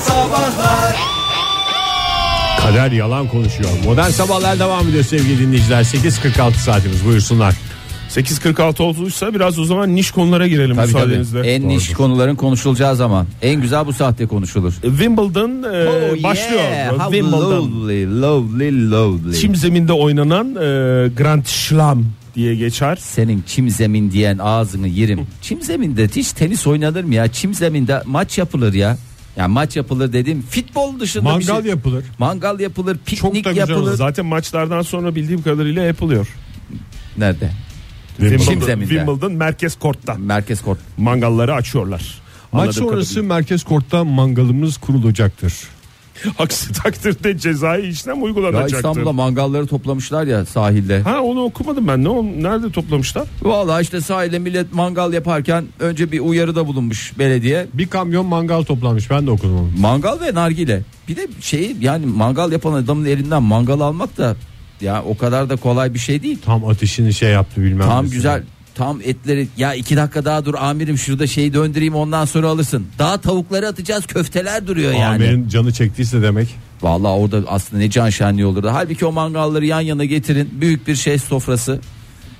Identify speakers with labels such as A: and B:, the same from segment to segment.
A: Sabahlar
B: Kader yalan konuşuyor. Modern Sabahlar devam ediyor sevgili dinleyiciler. 8.46 saatimiz buyursunlar.
C: 8.46 olduysa biraz o zaman niş konulara girelim
D: Tabii
C: müsaadenizle.
D: tabii. En niş konuların konuşulacağı zaman. En güzel bu saatte konuşulur.
C: Wimbledon e,
D: Oh
C: başlıyor.
D: yeah, how
C: Wimbledon.
D: lovely, lovely, lovely.
C: Çim zeminde oynanan e, Grand Slam diye geçer.
D: Senin çim zemin diyen ağzını yerim. çim zeminde hiç tenis oynanır mı ya? Çim zeminde maç yapılır ya. Yani maç yapılır dediğim futbol dışında bir şey.
B: Mangal yapılır.
D: Mangal yapılır,
C: Çok
D: piknik
C: da güzel olur.
D: yapılır.
C: Zaten maçlardan sonra bildiğim kadarıyla yapılıyor.
D: Nerede?
C: Wimbledon,
D: Çim zeminde.
C: Wimbledon merkez kortta
D: Merkez kort.
C: mangalları açıyorlar.
B: Maç
C: Anladığım
B: sonrası merkez kortta mangalımız kurulacaktır.
C: kadarıyla. aksi takdirde cezai işlem
D: Ya
C: uygulanacaktır.
D: İstanbul'da mangalları toplamışlar ya sahilde.
C: Ha onu okumadım ben. Ne o- nerede toplamışlar?
D: Vallahi işte sahilde millet mangal yaparken önce bir uyarıda bulunmuş belediye.
B: Bir kamyon mangal toplanmış ben de okudum onu.
D: Mangal ve nargile. Bir de şeyi yani mangal yapan adamın elinden mangal almak da ya o kadar da kolay bir şey değil.
B: Tam ateşini şey yaptı bilmem
D: Tam
B: nesi.
D: güzel tam etleri ya iki dakika daha dur amirim şurada şeyi döndüreyim ondan sonra alırsın. Daha tavukları atacağız köfteler duruyor yani.
B: Amir'in canı çektiyse demek.
D: Vallahi orada aslında ne can şenliği olurdu. Halbuki o mangalları yan yana getirin büyük bir şey sofrası.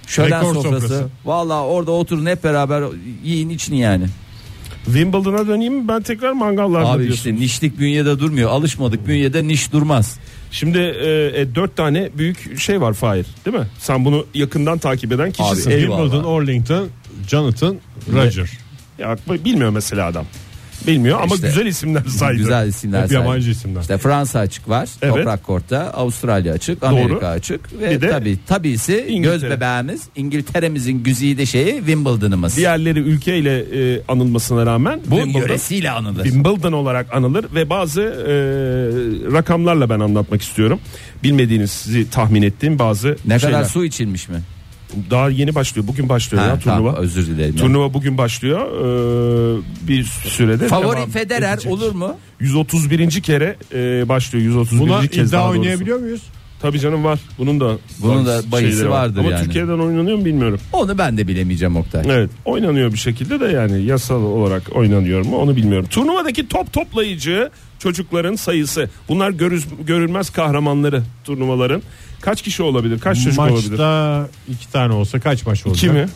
D: Şölen
B: Dekor
D: sofrası.
B: sofrası.
D: Vallahi orada oturun hep beraber yiyin için yani.
C: Wimbledon'a döneyim mi? Ben tekrar mangallarda
D: Abi
C: diyorsun.
D: işte nişlik bünyede durmuyor. Alışmadık bünyede niş durmaz.
C: Şimdi e, e, dört tane büyük şey var Fahir değil mi? Sen bunu yakından takip eden kişisin.
D: Abi, eyvallah.
B: Wimbledon, Orlington, Jonathan, Roger.
C: Ya, bilmiyor mesela adam. Bilmiyor ama
D: İşte,
C: güzel isimler saydı.
D: Güzel isimler.
B: Hep
D: sahibi.
B: yabancı isimler.
D: İşte Fransa açık var.
C: Evet.
D: Toprak Kort'ta. Avusturalya açık. Amerika
C: Doğru.
D: açık. Ve
C: Bir de
D: tabii tabisi
C: İngiltere.
D: göz bebeğimiz İngiltere'mizin güzide şeyi Wimbledon'ımız.
C: Diğerleri ülkeyle e, anılmasına rağmen
D: Bu
C: Wimbledon,
D: yöresiyle anılır.
C: Wimbledon olarak anılır ve bazı e, rakamlarla ben anlatmak istiyorum. Bilmediğiniz sizi tahmin ettiğim bazı
D: Ne
C: şeyler.
D: kadar su içilmiş mi?
C: Daha yeni başlıyor. Bugün başlıyor
D: Ha,
C: ya turnuva.
D: tamam, özür dilerim.
C: Turnuva bugün başlıyor. Ee, bir sürede
D: Favori
C: devam
D: Federer
C: edecek.
D: olur mu?
C: 131. kere e, başlıyor. 131.
B: Buna
C: kez daha
B: iddia
C: doğrusu.
B: oynayabiliyor muyuz?
C: Tabii canım var. Bunun da
D: Bunun
C: var-
D: da bayisi
C: şeyleri
D: vardır
C: Ama
D: yani.
C: Türkiye'den oynanıyor mu bilmiyorum.
D: Onu ben de bilemeyeceğim Oktay.
C: Evet, oynanıyor bir şekilde de yani yasal olarak oynanıyor mu onu bilmiyorum. Turnuvadaki top toplayıcı çocukların sayısı. Bunlar görüz, görülmez kahramanları turnuvaların. Kaç kişi olabilir? Kaç çocuk olabilir?
B: Maçta iki tane olsa kaç maç olacak?
C: İki mi?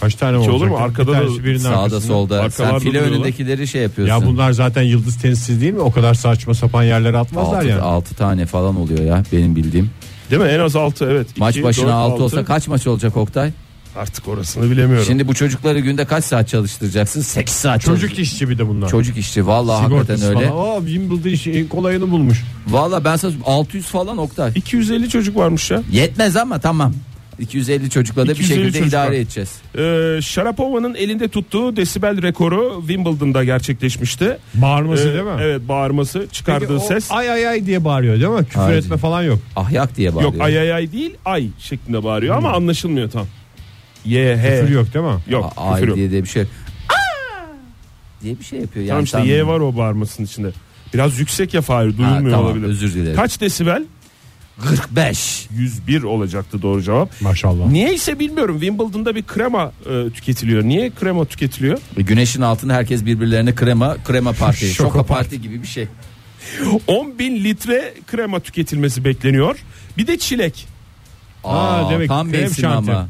B: Kaç tane
C: İki
B: olacak?
C: olur mu? Arkada
B: bir
C: da-
B: tanesi birinin
D: Sağda
B: arkasında.
D: solda. Sen
C: arkalarda
D: file
C: duruyorlar.
D: önündekileri şey yapıyorsun.
B: Ya bunlar zaten yıldız tenisçi değil mi? O kadar saçma sapan yerlere atmazlar
D: 6,
B: yani.
D: tane falan oluyor ya benim bildiğim.
C: Değil mi? En az altı evet.
D: Maç
C: İki,
D: başına
C: dört,
D: 6 olsa kaç maç olacak Oktay?
C: Artık orasını bilemiyorum.
D: Şimdi bu çocukları günde kaç saat çalıştıracaksın? 8 saat.
B: Çocuk
D: çalıştır-
B: işçi bir de bunlar.
D: Çocuk işçi vallahi
B: Sigortası
D: hakikaten öyle.
B: Falan. Aa, Wimbledon işi en kolayını bulmuş.
D: Vallahi ben sana 600 falan Oktay.
C: 250 çocuk varmış ya.
D: Yetmez ama tamam. 250 çocukla da bir
C: 250
D: şekilde
C: çocuk var.
D: idare edeceğiz.
C: Ee, Şarapova'nın elinde tuttuğu desibel rekoru Wimbledon'da gerçekleşmişti.
B: Bağırması
C: Ee,
B: değil mi?
C: Evet bağırması çıkardığı
B: Peki o
C: ses.
B: Ay ay ay diye bağırıyor değil mi? Küfür
D: Hayır.
B: etme falan yok.
D: Ahyak diye bağırıyor.
C: Yok ay ay ay değil ay şeklinde bağırıyor ama anlaşılmıyor tam. Y H.
B: Hmm. Küfür yok değil mi?
C: Yok
D: A- ay
C: küfür yok.
D: diye, diye bir şey. Aa! diye bir şey yapıyor. Yani
C: Tamam işte
D: sen-
C: Y var o bağırmasının içinde. Biraz yüksek ya Fahir
D: Ha,
C: duyulmuyor
D: tamam,
C: olabilir.
D: Özür dilerim.
C: Kaç desibel?
D: 45.
C: 101 olacaktı doğru cevap.
B: Maşallah.
C: Niyeyse bilmiyorum Wimbledon'da bir krema e, tüketiliyor. Niye krema tüketiliyor?
D: E, Güneşin altında herkes birbirlerine krema krema parti, şoka parti gibi bir şey.
C: 10 bin litre krema tüketilmesi bekleniyor. Bir de çilek.
D: Aa,
B: Aa, demek
D: tam
B: krem
D: mevsim
B: şanti.
D: ama.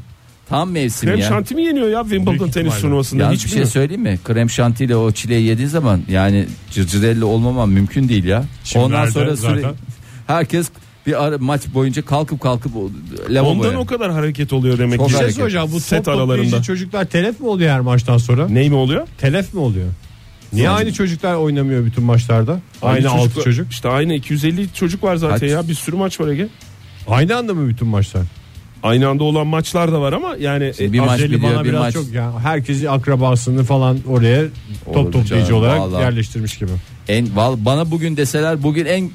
D: Tam mevsim
C: Krem
D: ya.
C: şanti mi yeniyor ya Wimbledon
B: Büyük
C: tenis
B: ihtimalle.
C: turnuvasında?
D: Yalnız
C: Hiç
D: bir şey
C: bilmiyorum.
D: söyleyeyim mi? Krem şantiyle o çileyi yediğin zaman yani cırcırelli olmaman mümkün değil ya.
B: Şimdilerde
D: Ondan sonra
B: zaten.
D: süre, herkes bir ara, maç boyunca kalkıp kalkıp o-
C: Ondan
D: lavaboya.
C: o kadar hareket oluyor demek
D: Çok
C: ki.
B: Bir şey
D: hareket.
B: soracağım bu
C: Set
B: top
C: aralarında.
B: toplayıcı çocuklar telef mi oluyor her maçtan sonra?
C: Ney mi oluyor?
B: Telef mi oluyor? Niye
D: Yani-
B: aynı çocuklar oynamıyor bütün maçlarda? Aynı, altı
C: çocuk-
B: çocuk.
C: İşte aynı 250 çocuk var zaten
D: Kaç?
C: ya bir sürü maç var Ege.
B: Aynı anda mı bütün maçlar?
C: Aynı anda olan maçlar da var ama yani
D: Şimdi bir
C: e,
D: maç
B: Aceli
D: biliyor,
B: bana
D: bir
B: biraz
D: maç-
B: çok ya. Herkesi akrabasını falan oraya
D: Olur
B: top toplayıcı
D: canım,
B: olarak
D: vallahi.
B: yerleştirmiş gibi.
D: En val bana bugün deseler bugün en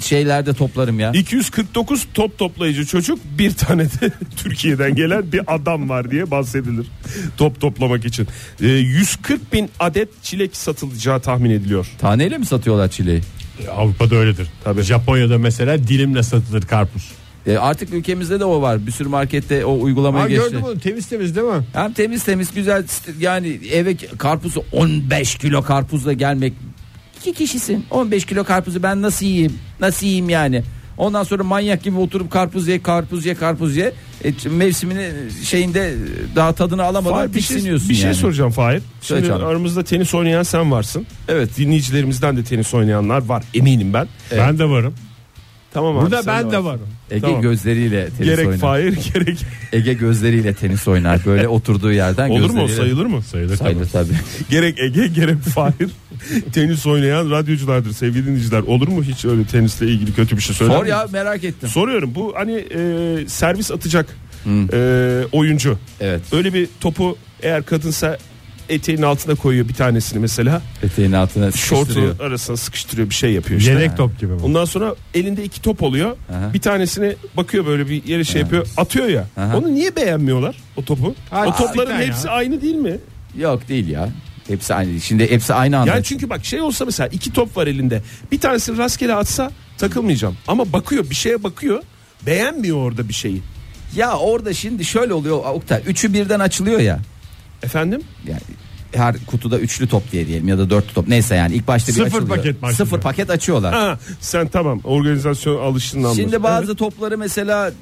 D: şeylerde toplarım ya.
C: 249 top toplayıcı çocuk bir tane de Türkiye'den gelen bir adam var diye bahsedilir top toplamak için. E, 140 bin adet çilek satılacağı tahmin ediliyor.
D: Taneyle mi satıyorlar çileyi?
B: E, Avrupa'da öyledir. Tabii. Japonya'da mesela dilimle satılır karpuz.
D: E, artık ülkemizde de o var. Bir sürü markette o uygulamayı
B: Ha,
D: geçti.
B: gördüm onu temiz temiz değil mi?
D: Hem temiz temiz güzel yani eve karpuzu 15 kilo karpuzla gelmek İki kişisin. 15 kilo karpuzu ben nasıl yiyeyim? Nasıl yiyeyim yani? Ondan sonra manyak gibi oturup karpuz ye, karpuz ye, karpuz ye. E, ç- mevsimini şeyinde e, daha tadını alamadan
C: Fahir, bir şey,
D: tiksiniyorsun
C: bir şey
D: yani.
C: soracağım Fahir. Şimdi
D: Söyle canım.
C: aramızda tenis oynayan sen varsın.
D: Evet.
C: Dinleyicilerimizden de tenis oynayanlar var eminim ben.
B: Ben de varım.
C: Tamam abi.
B: Burada
C: sen
B: ben de
C: varsın.
B: varım.
D: Ege
C: Tamam.
D: gözleriyle tenis
C: Gerek
D: oynar.
C: Fahir gerek.
D: Ege gözleriyle tenis oynar. Böyle oturduğu yerden
C: Olur mu o
D: gözleriyle-
C: sayılır mı? Sayılır.
D: Sayılır tabii.
C: Gerek Ege gerek Fahir tenis oynayan radyoculardır sevgili dinleyiciler. Olur mu hiç öyle tenisle ilgili kötü bir şey söyler
D: Sor
C: misin?
D: ya merak ettim.
C: Soruyorum bu hani e, servis atacak e, oyuncu.
D: Evet.
C: Öyle bir topu eğer kadınsa eteğinin altına koyuyor bir tanesini mesela.
D: Eteğin altına
C: Şortu
D: sıkıştırıyor.
C: arasına sıkıştırıyor bir şey yapıyor işte.
B: Yedek top gibi. mi?
C: Ondan sonra elinde iki top oluyor.
D: Aha.
C: Bir tanesini bakıyor böyle bir yere şey yapıyor. Atıyor ya.
D: Aha.
C: Onu niye beğenmiyorlar o topu?
B: Ha,
C: o topların
B: cidden ya.
C: hepsi aynı değil mi?
D: Yok değil ya. Hepsi aynı. Şimdi hepsi aynı anda.
C: Yani çünkü bak şey olsa mesela iki top var elinde. Bir tanesini rastgele atsa takılmayacağım. Ama bakıyor bir şeye bakıyor. Beğenmiyor orada bir şeyi.
D: Ya orada şimdi şöyle oluyor Oktay. Üçü birden açılıyor ya.
C: Efendim?
D: Yani her kutuda üçlü top diye diyelim ya da dörtlü top neyse yani ilk başta bir
B: Sıfır
D: açılıyor.
B: paket mi
D: sıfır
B: açılıyor?
D: paket açıyorlar.
C: Ha, sen tamam organizasyon alışından
D: Şimdi bazı topları mesela e,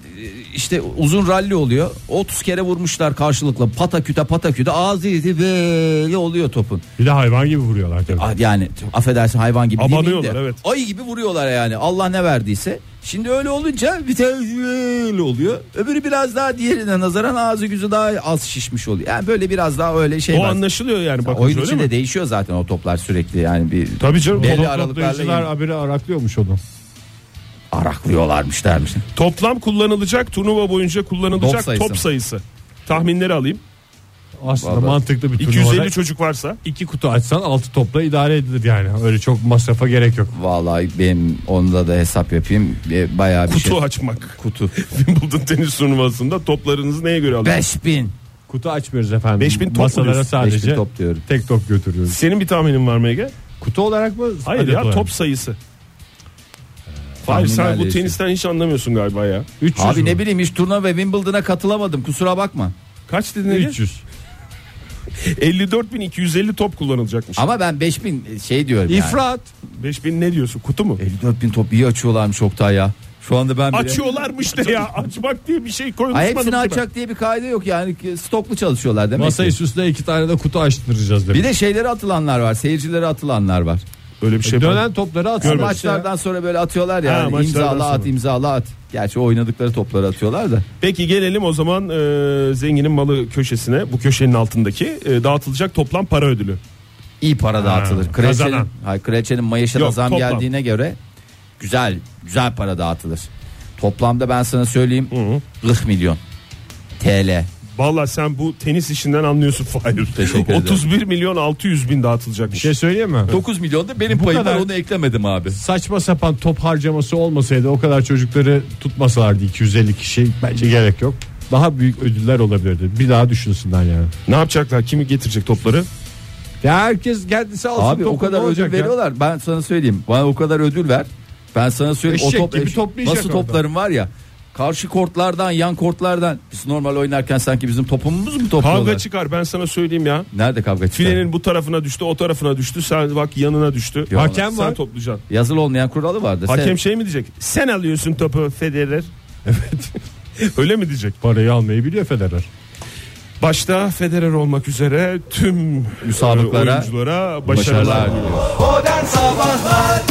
D: işte uzun ralli oluyor. 30 kere vurmuşlar karşılıklı pataküte pataküte ağzı yedi böyle oluyor topun.
B: Bir de hayvan gibi vuruyorlar tabii.
D: Ah, Yani affedersin hayvan gibi
C: Abanıyorlar,
D: demeyeyim de,
C: evet.
D: Ayı gibi vuruyorlar yani Allah ne verdiyse. Şimdi öyle olunca bir tane böyle oluyor. Öbürü biraz daha diğerine nazaran ağzı yüzü daha az şişmiş oluyor. Yani böyle biraz daha öyle şey
C: O
D: var.
C: anlaşılıyor yani bakın
D: Oyun
C: öyle
D: içinde
C: mi?
D: değişiyor zaten o toplar sürekli yani bir
B: Tabii canım.
D: Belli
B: Belli
D: aralıklarla
B: aralıklarla
D: yine.
B: haberi araklıyormuş onu.
D: araklıyorlarmış dermiş.
C: Toplam kullanılacak turnuva boyunca kullanılacak
D: Top sayısı
C: top
D: mı?
C: sayısı. Tahminleri alayım.
B: Aslında
D: Vallahi.
B: mantıklı bir
C: 250
B: turnuvada
C: çocuk varsa.
B: iki kutu açsan altı topla idare edilir yani. Öyle çok masrafa gerek yok.
D: Vallahi benim onda da hesap yapayım E, bayağı bir
C: Kutu
D: şey.
C: açmak.
D: Kutu.
C: Wimbledon tenis turnuvasında toplarınızı neye göre alıyorsunuz?
D: 5000.
B: Kutu açmıyoruz efendim.
C: 5000 top mu
B: Masalara
C: diyorsun?
B: sadece
D: 5000 top diyorum.
B: tek top götürüyoruz.
C: Senin bir tahminin var mı Ege?
B: Kutu olarak mı?
C: Hayır
B: Adet
C: ya
B: olarak
C: top
B: mı?
C: sayısı.
B: Ee,
C: Hayır sen bu
D: neredeyse.
C: tenisten hiç anlamıyorsun galiba ya.
B: 300
D: Abi
B: mü?
D: ne bileyim hiç turnuva ve Wimbledon'a katılamadım kusura bakma.
C: Kaç dedin Ege?
B: 300.
C: 54.250 top kullanılacakmış.
D: Ama ben 5000 şey diyorum yani.
B: İfrat.
C: 5000 ne diyorsun kutu mu?
D: 54 bin top iyi açıyorlarmış Oktay ya. Şu anda ben bile...
C: Açıyorlarmış da ya açmak diye bir şey
D: Ay,
C: konuşmadım.
D: hepsini
C: ki ben.
D: açacak diye bir kaide yok yani Ki stoklu çalışıyorlar demek
B: Masayı
D: ki.
B: süsle iki tane de kutu açtıracağız demek.
D: Bir de şeylere atılanlar var seyircilere atılanlar var.
C: Böyle bir şey
B: Dönen topları
D: Şu
B: atsın. işte ya.
D: maçlardan sonra böyle atıyorlar ya
C: Ha,
D: yani
C: maçlardan
D: imzala at
C: sonra.
D: imzala at. Gerçi oynadıkları topları atıyorlar da.
C: Peki gelelim o zaman e, zenginin malı köşesine. Bu köşenin altındaki e, dağıtılacak toplam para ödülü.
D: İyi para dağıtılır. Kreçenin,
B: kazanan.
D: hayır, kreçenin mayaşına
C: Yok,
D: zam
C: toplam.
D: geldiğine göre güzel güzel para dağıtılır. Toplamda ben sana söyleyeyim 40 milyon TL.
C: Valla sen bu tenis işinden anlıyorsun Fahir.
D: Teşekkür ederim.
C: 31 milyon 600 bin dağıtılacakmış.
B: Bir şey söyleyeyim mi?
D: 9 milyon da benim payım
B: kadar-
D: var onu eklemedim abi.
B: Saçma sapan top harcaması olmasaydı o kadar çocukları tutmasalardı 250 kişi bence gerek yok. Daha büyük ödüller olabilirdi. Bir daha düşünsünler yani.
C: Ne yapacaklar? Kimi getirecek topları?
B: Ya herkes kendisi alsın.
D: Abi o
B: topu, ne
D: kadar ödül
B: olacak ya?
D: veriyorlar. Ben sana söyleyeyim. Bana o kadar ödül ver. Ben sana söyleyeyim
B: Eşek
D: o top
B: gibi
D: eş-
B: toplayacak
D: nasıl
B: orada.
D: toplarım var ya. Karşı kortlardan, yan kortlardan. Biz normal oynarken sanki bizim topumuz mu topluyorlar?
C: Kavga çıkar ben sana söyleyeyim ya.
D: Nerede kavga çıkar?
C: Filenin bu tarafına düştü o tarafına düştü. Sen bak yanına düştü.
D: Yok.
B: Hakem
C: Sen
B: var.
C: toplayacaksın.
D: Yazılı olmayan kuralı vardır. Sen-
C: Hakem şey mi diyecek? Sen alıyorsun topu Federer. Evet. Öyle mi diyecek?
B: Parayı almayı biliyor Federer.
C: Başta Federer olmak üzere tüm
D: Müsabaklara
C: e, oyunculara
D: başarılar
C: başarılar.
D: diliyorum.
A: Modern Sabahlar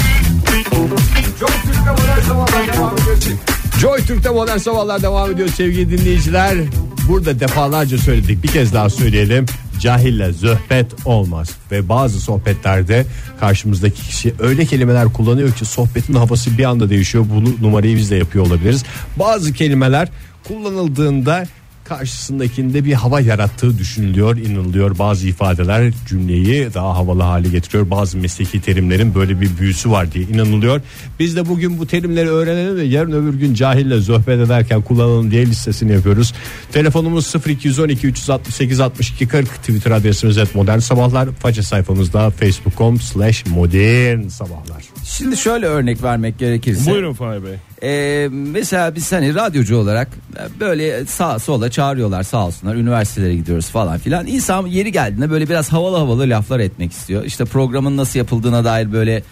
A: Çok Türk'te modern sabahlar devam ediyor.
B: Joy Türk'te modern sabahlar devam ediyor sevgili dinleyiciler. Burada defalarca söyledik bir kez daha söyleyelim. Cahille zöhbet olmaz ve bazı sohbetlerde karşımızdaki kişi öyle kelimeler kullanıyor ki sohbetin havası bir anda değişiyor. Bunu numarayı biz de yapıyor olabiliriz. Bazı kelimeler kullanıldığında karşısındakinde bir hava yarattığı düşünülüyor, inanılıyor. Bazı ifadeler cümleyi daha havalı hale getiriyor. Bazı mesleki terimlerin böyle bir büyüsü var diye inanılıyor. Biz de bugün bu terimleri öğrenelim ve yarın öbür gün cahille sohbet ederken kullanalım diye listesini yapıyoruz. Telefonumuz 0212 368 62 40 Twitter adresimiz et modern sabahlar. Faça sayfamızda facebook.com slash modern sabahlar.
D: Şimdi şöyle örnek vermek gerekirse.
C: Buyurun Fahir Bey.
D: e, mesela biz hani radyocu olarak e, böyle sağ sola çağırıyorlar sağ olsunlar üniversitelere gidiyoruz falan filan. İnsan yeri geldiğinde böyle biraz havalı havalı laflar etmek istiyor. İşte programın nasıl yapıldığına dair böyle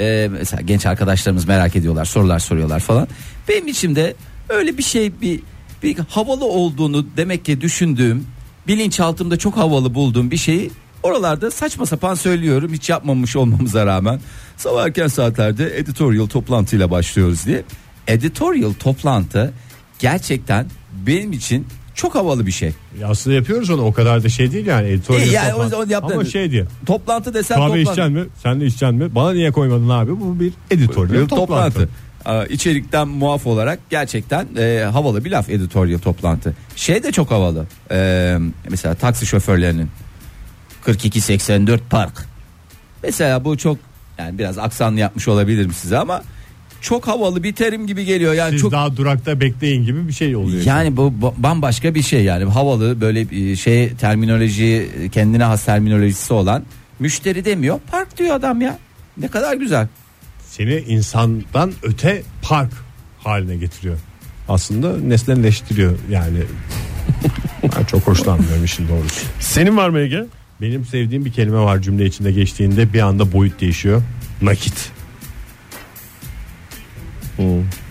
D: e, mesela genç arkadaşlarımız merak ediyorlar sorular soruyorlar falan. Benim içimde öyle bir şey bir, bir havalı olduğunu demek ki düşündüğüm bilinçaltımda çok havalı bulduğum bir şeyi Oralarda saçma sapan söylüyorum hiç yapmamış olmamıza rağmen. Sabah erken saatlerde editorial toplantıyla başlıyoruz diye. Editorial toplantı gerçekten benim için çok havalı bir şey.
B: Ya Aslında yapıyoruz onu o kadar da şey değil yani editorial
D: İyi, yani
B: toplantı.
D: o- o yaptın.
B: Ama şey diye.
D: Toplantı desem
B: Kahve
D: toplantı.
B: içeceksin mi? Sen de içeceksin mi? Bana niye koymadın abi? Bu bir editorial
D: Editorial
B: toplantı.
D: toplantı. Aa, içerikten muaf olarak gerçekten e, havalı bir laf editorial toplantı. Şey de çok havalı. E, mesela taksi şoförlerinin 4284 park. Mesela bu çok yani biraz aksan yapmış olabilirim size ama çok havalı bir terim gibi geliyor. Yani
B: Siz
D: çok
B: daha durakta bekleyin gibi bir şey oluyor.
D: yani bu ba- bambaşka bir şey yani havalı böyle bir şey terminoloji kendine has terminolojisi olan müşteri demiyor park diyor adam ya. Ne kadar güzel.
B: Seni insandan öte park haline getiriyor. Aslında nesnelleştiriyor yani. ben çok hoşlanmıyorum işin doğrusu.
C: Senin var mı Ege?
B: Benim sevdiğim bir kelime var cümle içinde geçtiğinde bir anda boyut değişiyor. Nakit.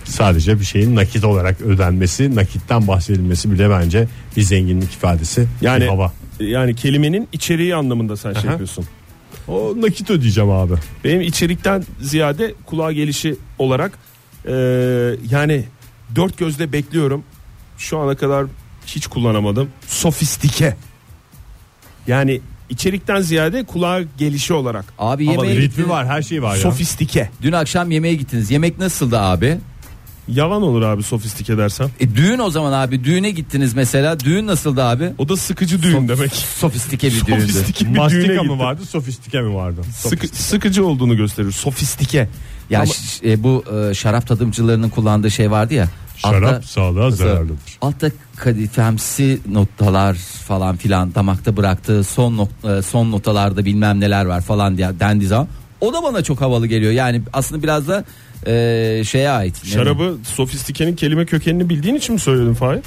B: Sadece bir şeyin nakit olarak ödenmesi, nakitten bahsedilmesi bile bence bir zenginlik ifadesi.
C: Yani
B: bir hava.
C: yani kelimenin içeriği anlamında sen
B: Aha.
C: şey yapıyorsun.
B: O nakit ödeyeceğim abi.
C: Benim içerikten ziyade kulağa gelişi olarak e, yani dört gözle bekliyorum. Şu ana kadar hiç kullanamadım. Sofistike. Yani içerikten ziyade kulağa gelişi olarak.
D: Abi
C: Havalı.
D: yemeğe
B: Ritmi
D: gittiniz.
B: var, her şey var ya.
C: Sofistike.
D: Dün akşam yemeğe gittiniz. Yemek nasıldı abi?
C: Yalan olur abi sofistike dersem.
D: E, düğün o zaman abi. Düğüne gittiniz mesela. Düğün nasıldı abi?
C: O da sıkıcı düğün demek.
D: Sofistike bir düğündü.
C: Sofistike bir düğüne
B: Mastika mı
C: gittim.
B: vardı, sofistike mi vardı?
C: Sıkı- sıkıcı olduğunu gösterir. Sofistike.
D: Ya
C: Ama-
D: ş- e, bu e, şarap tadımcılarının kullandığı şey vardı ya.
B: Şarap
D: altta-
B: sağlığa zararlıdır.
D: Altta kadifemsi notalar falan filan damakta bıraktığı son nok- e, son notalarda bilmem neler var falan diye dendiği zaman o da bana çok havalı geliyor. Yani aslında biraz da e, şeye ait. Ne
C: Şarabı sofistikenin kelime kökenini bildiğin için mi söyledin Fahir?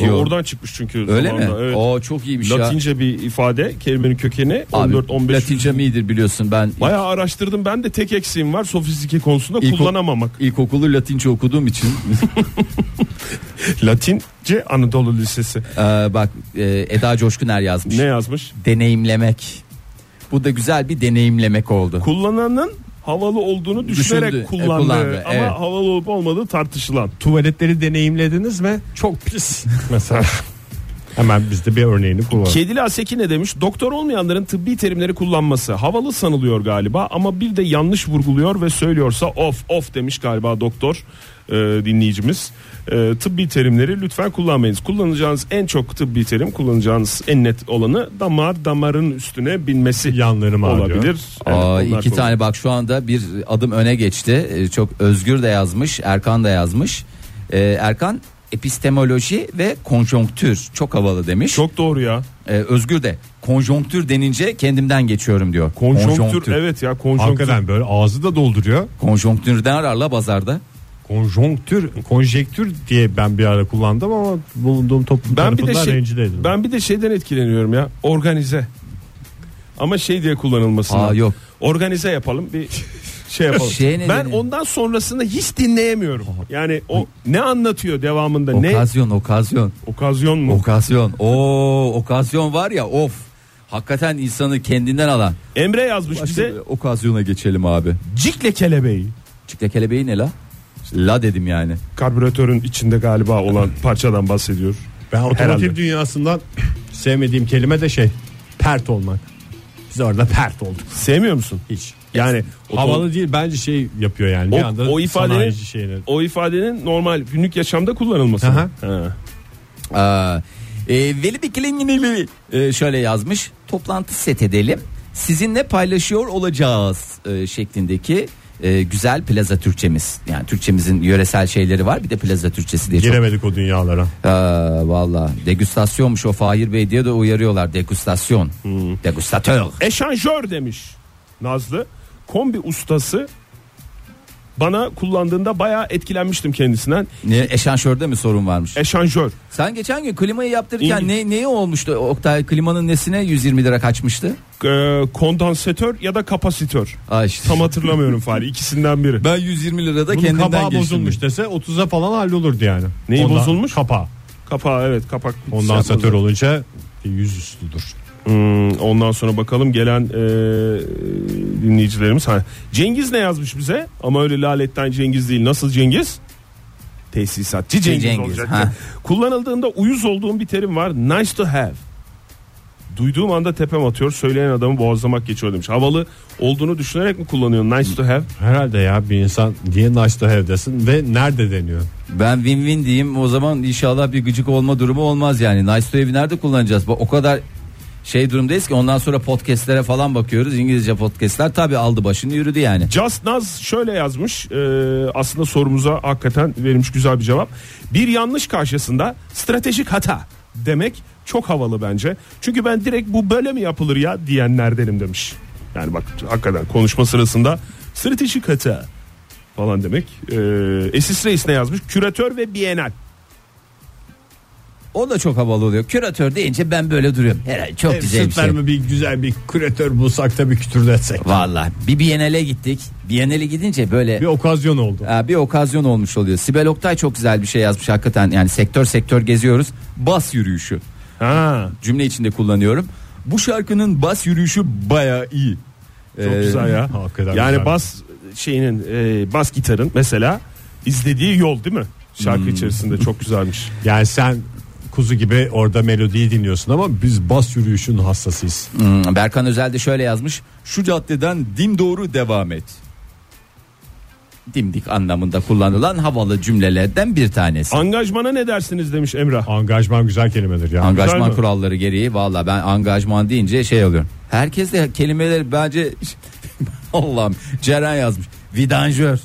C: O
D: Yok.
C: Oradan çıkmış çünkü.
D: Öyle mi?
C: zamanda, Evet.
D: Oo çok iyiymiş ya.
C: Latince bir ifade kelimenin kökeni
D: Abi,
C: 14-15.
D: Latince midir biliyorsun ben
C: Bayağı araştırdım ben de tek eksiğim var sofistike konusunda
D: İlk-
C: kullanamamak.
D: İlkokulu Latince okuduğum için
C: Latince Anadolu Lisesi.
D: e, bak e, Eda Coşkuner yazmış.
C: Ne yazmış?
D: Deneyimlemek. Bu da güzel bir deneyimlemek oldu.
C: Kullananın havalı olduğunu düşünerek
D: Düşündü, e,
C: kullandı.
D: kullandı,
C: Ama
D: evet.
C: havalı olup olmadığı tartışılan.
B: Tuvaletleri deneyimlediniz mi? Çok pis. Mesela. Hemen bizde bir örneğini kullanalım.
C: Kedili Aseki ne demiş? Doktor olmayanların tıbbi terimleri kullanması havalı sanılıyor galiba ama bir de yanlış vurguluyor ve söylüyorsa of of demiş galiba doktor e, dinleyicimiz. E, tıbbi terimleri lütfen kullanmayınız. Kullanacağınız en çok tıbbi terim kullanacağınız en net olanı damar damarın üstüne binmesi
B: Yanlarım ağrıyor.
C: olabilir.
D: Aa,
C: Evet, onlar
D: iki
C: konuş-
D: tane bak şu anda bir adım öne geçti. Ee, Çok Özgür de yazmış, Erkan da yazmış. Ee, Erkan epistemoloji ve konjonktür çok havalı demiş.
C: Çok doğru ya.
D: Ee, Özgür de konjonktür denince kendimden geçiyorum diyor.
C: Konjonktür, evet ya konjonktür.
B: Hakikaten böyle ağzı da dolduruyor.
D: Konjonktürden ararla bazarda.
B: Konjonktür, konjektür diye ben bir ara kullandım ama bulunduğum toplum
C: Ben bir de
B: tarafından
C: şey,
B: rencide edildim.
C: ben bir de şeyden etkileniyorum ya. Organize. Ama şey diye kullanılmasın.
D: Aa, yok.
C: Organize yapalım bir şey yapalım.
D: Şey ne
C: ben
D: dedi?
C: ondan sonrasında hiç dinleyemiyorum. Yani o ne anlatıyor devamında ne
D: Okazyon, okazyon.
C: okazyon mu?
D: Okazyon. Oo, okazyon var ya of. Hakikaten insanı kendinden alan.
C: Emre yazmış bize.
D: Başka okazyona geçelim abi.
C: Cikle kelebeği.
D: Çıkla kelebeği ne la? La dedim yani.
C: Karbüratörün içinde galiba olan parçadan bahsediyor.
B: Ben otomotiv
C: Herhalde.
B: dünyasından sevmediğim kelime de şey pert olmak. Biz orada pert olduk
C: Sevmiyor musun?
B: hiç.
C: Yani
B: Havalı değil bence şey yapıyor yani. bir
C: o,
B: anda
C: o ifadenin
B: sanayici şeyleri.
C: o ifadenin normal günlük yaşamda kullanılması.
B: Aha.
C: Ha.
D: Aa, e, Veli Bikilinginili e, şöyle yazmış. Toplantı set edelim. Sizinle paylaşıyor olacağız e, şeklindeki e, güzel plaza Türkçemiz. Yani Türkçemizin yöresel şeyleri var. Bir de plaza Türkçesi diye çok
B: Giremedik o dünyalara.
D: Ha, valla degüstasyonmuş o Fahir Bey diye de uyarıyorlar degüstasyon. Degüstatör.
C: Eşanjör demiş Nazlı. Kombi ustası Bana kullandığında bayağı etkilenmiştim kendisinden.
D: Ne, eşanşörde mi sorun varmış?
C: E- Eşanjör.
D: Sen geçen gün klimayı yaptırırken
C: İyi.
D: ne, neyi olmuştu Oktay? Klimanın nesine 120 lira kaçmıştı?
C: e, kondansatör ya da kapasitör.
D: Aa işte.
C: Tam hatırlamıyorum Fahri ikisinden biri.
D: Ben 120 lirada
B: Bunun kapağı bozulmuş dese 30'a falan hallolurdu yani.
C: Neyi bozulmuş?
B: Kapağı.
C: Kapağı evet kapak.
B: Ondan satör olunca yüz üstüdür.
C: Hmm, ondan sonra bakalım gelen e, dinleyicilerimiz. Ha, Cengiz ne yazmış bize? Ama öyle laletten Cengiz değil. Nasıl Cengiz? Tesisatçı Cengiz,
D: Şey, Cengiz,
C: olacaktı.
D: ha.
C: Kullanıldığında uyuz olduğum bir terim var. Nice to have. Duyduğum anda tepem atıyor. Söyleyen adamı boğazlamak geçiyor demiş. Havalı olduğunu düşünerek mi kullanıyorsun nice to have?
B: Herhalde ya bir insan niye nice to have desin ve nerede deniyor?
D: Ben win win diyeyim o zaman inşallah bir gıcık olma durumu olmaz yani. Nice to have'i nerede kullanacağız? Bak, O kadar şey durumdayız ki ondan sonra podcastlere falan bakıyoruz. İngilizce podcastler tabi aldı başını yürüdü yani.
C: Just Naz şöyle yazmış. e, aslında sorumuza hakikaten verilmiş güzel bir cevap. Bir yanlış karşısında stratejik hata demek çok havalı bence. Çünkü ben direkt bu böyle mi yapılır ya diyenlerdenim demiş. Yani bak hakikaten konuşma sırasında stratejik hata falan demek. E, Esis Reis ne yazmış? Küratör ve bienal.
D: O da çok havalı oluyor. Küratör deyince ben böyle duruyorum. Herhalde çok güzel bir şey.
B: Sırtlar mı bir güzel bir küratör bulsak da bir kütürdetsek.
D: Valla bir Biennale gittik. Biennale gidince böyle
B: Bir okazyon oldu.
D: Ee, bir okazyon olmuş oluyor. Sibel Oktay çok güzel bir şey yazmış hakikaten. Yani sektör sektör geziyoruz. Bas yürüyüşü.
C: Ha,
D: Cümle içinde kullanıyorum. Bu şarkının bas yürüyüşü baya iyi.
C: çok
D: Ee,
C: güzel ya.
B: hakikaten
C: yani
B: güzel.
C: bas şeyinin e, bas gitarın mesela izlediği yol değil mi?
D: Hmm.
C: Şarkı içerisinde çok güzelmiş.
B: Yani sen kuzu gibi orada melodiyi dinliyorsun ama biz bas yürüyüşün hassasıyız.
D: Hmm, Berkan Özel de şöyle yazmış. Şu caddeden dim doğru devam et. Dimdik anlamında kullanılan havalı cümlelerden bir tanesi.
C: Angajmana ne dersiniz demiş Emrah.
B: Angajman güzel kelimedir ya.
C: Güzel
D: Angajman
C: mi?
D: kuralları gereği valla ben angajman deyince şey alıyorum. Herkes de kelimeleri bence Allah'ım Ceren yazmış. Vidanjör.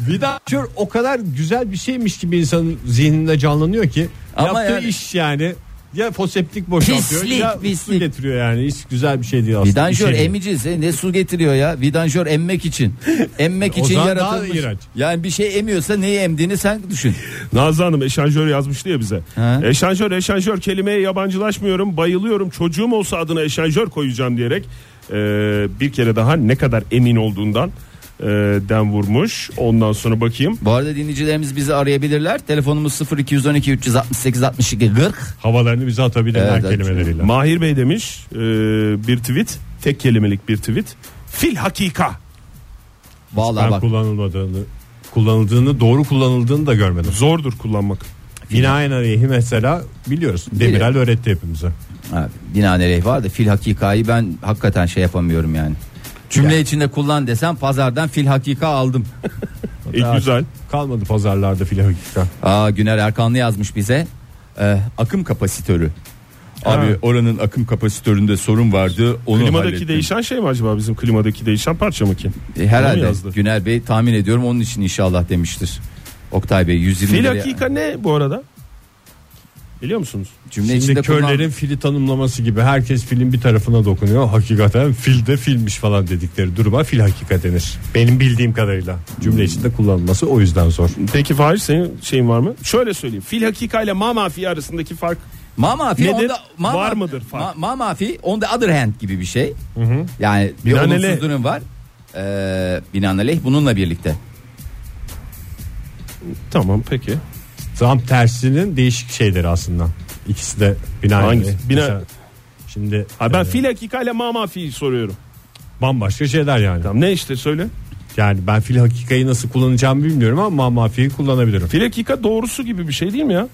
B: Vidanjör o kadar güzel bir şeymiş ki bir insanın zihninde canlanıyor ki
D: Ama
B: yaptığı
D: yani-
B: iş yani ya foseptik boşaltıyor
D: Pislik,
B: ya su
D: pislik.
B: getiriyor yani hiç güzel bir şey değil aslında.
D: Vidanjör
B: İşe-
D: emici ise ne su getiriyor ya? Vidanjör emmek için. Emmek
B: O
D: için
B: zaman daha
D: yaratılmış.
B: iğrenç.
D: Yani bir şey emiyorsa neyi emdiğini sen düşün.
C: Nazlı Hanım eşanjör yazmıştı ya bize.
D: Ha.
C: Eşanjör eşanjör kelimeye yabancılaşmıyorum bayılıyorum çocuğum olsa adına eşanjör koyacağım diyerek e, bir kere daha ne kadar emin olduğundan e, den vurmuş. Ondan sonra bakayım.
D: Bu arada dinleyicilerimiz bizi arayabilirler. Telefonumuz 0212 368 62 40.
B: Havalarını bize atabilirler
D: Evet, evet.
B: kelimeleriyle.
C: Mahir Bey demiş e, bir tweet tek kelimelik bir tweet. Fil hakika.
D: Vallahi
B: Ben
D: bak.
B: kullanılmadığını kullanıldığını doğru kullanıldığını da görmedim.
C: Zordur kullanmak.
B: Binaen aleyhi mesela biliyoruz. Demirel öğretti hepimize.
D: Ha, binaenaleyh var da fil hakikayı ben hakikaten şey yapamıyorum yani. Cümle içinde kullan desem pazardan fil hakika aldım.
C: E, güzel.
B: Kalmadı pazarlarda filan hakikaten.
D: Aa, Güner Erkanlı yazmış bize. Ee, akım kapasitörü. Abi
C: Ha.
D: oranın akım kapasitöründe sorun vardı. Onu
C: Klimadaki
D: hallettim.
C: değişen şey mi acaba bizim klimadaki değişen parça mı ki?
D: E,
C: Onu
D: Herhalde
C: yazdı.
D: Güner Bey tahmin ediyorum onun için inşallah demiştir. Oktay Bey 120
C: Fil
D: liraya-
C: hakika ne bu arada? Biliyor musunuz?
D: cümle
B: Şimdi
D: içinde kullan-
B: körlerin fili tanımlaması gibi herkes filin bir tarafına dokunuyor. Hakikaten fil de filmiş falan dedikleri duruma fil hakika denir. Benim bildiğim kadarıyla cümle içinde kullanılması o yüzden zor.
C: Peki Fahir senin şeyin var mı? Şöyle söyleyeyim. Fil hakika ile ma mafi arasındaki fark
D: Ma mafi
C: Nedir?
D: onda- ma-
C: Var
D: ma-
C: mıdır fark?
D: Ma, ma mafi on the other hand gibi bir şey. Yani bir
C: Binaenaleyh.
D: olumsuz durum var. Ee, binaenaleyh bununla birlikte.
C: tamam peki.
B: Tam tersinin değişik şeyleri aslında. İkisi de bina.
C: Hangisi? Bina-
B: Mesela Şimdi
C: Ha ben
B: e,
C: fil hakika ile ma mafiyi soruyorum.
B: bambaşka şeyler yani.
C: Tamam ne işte söyle.
B: Yani ben fil hakikayı nasıl kullanacağımı bilmiyorum ama mafiyi kullanabilirim.
C: Fil hakika doğrusu gibi bir şey değil mi ya?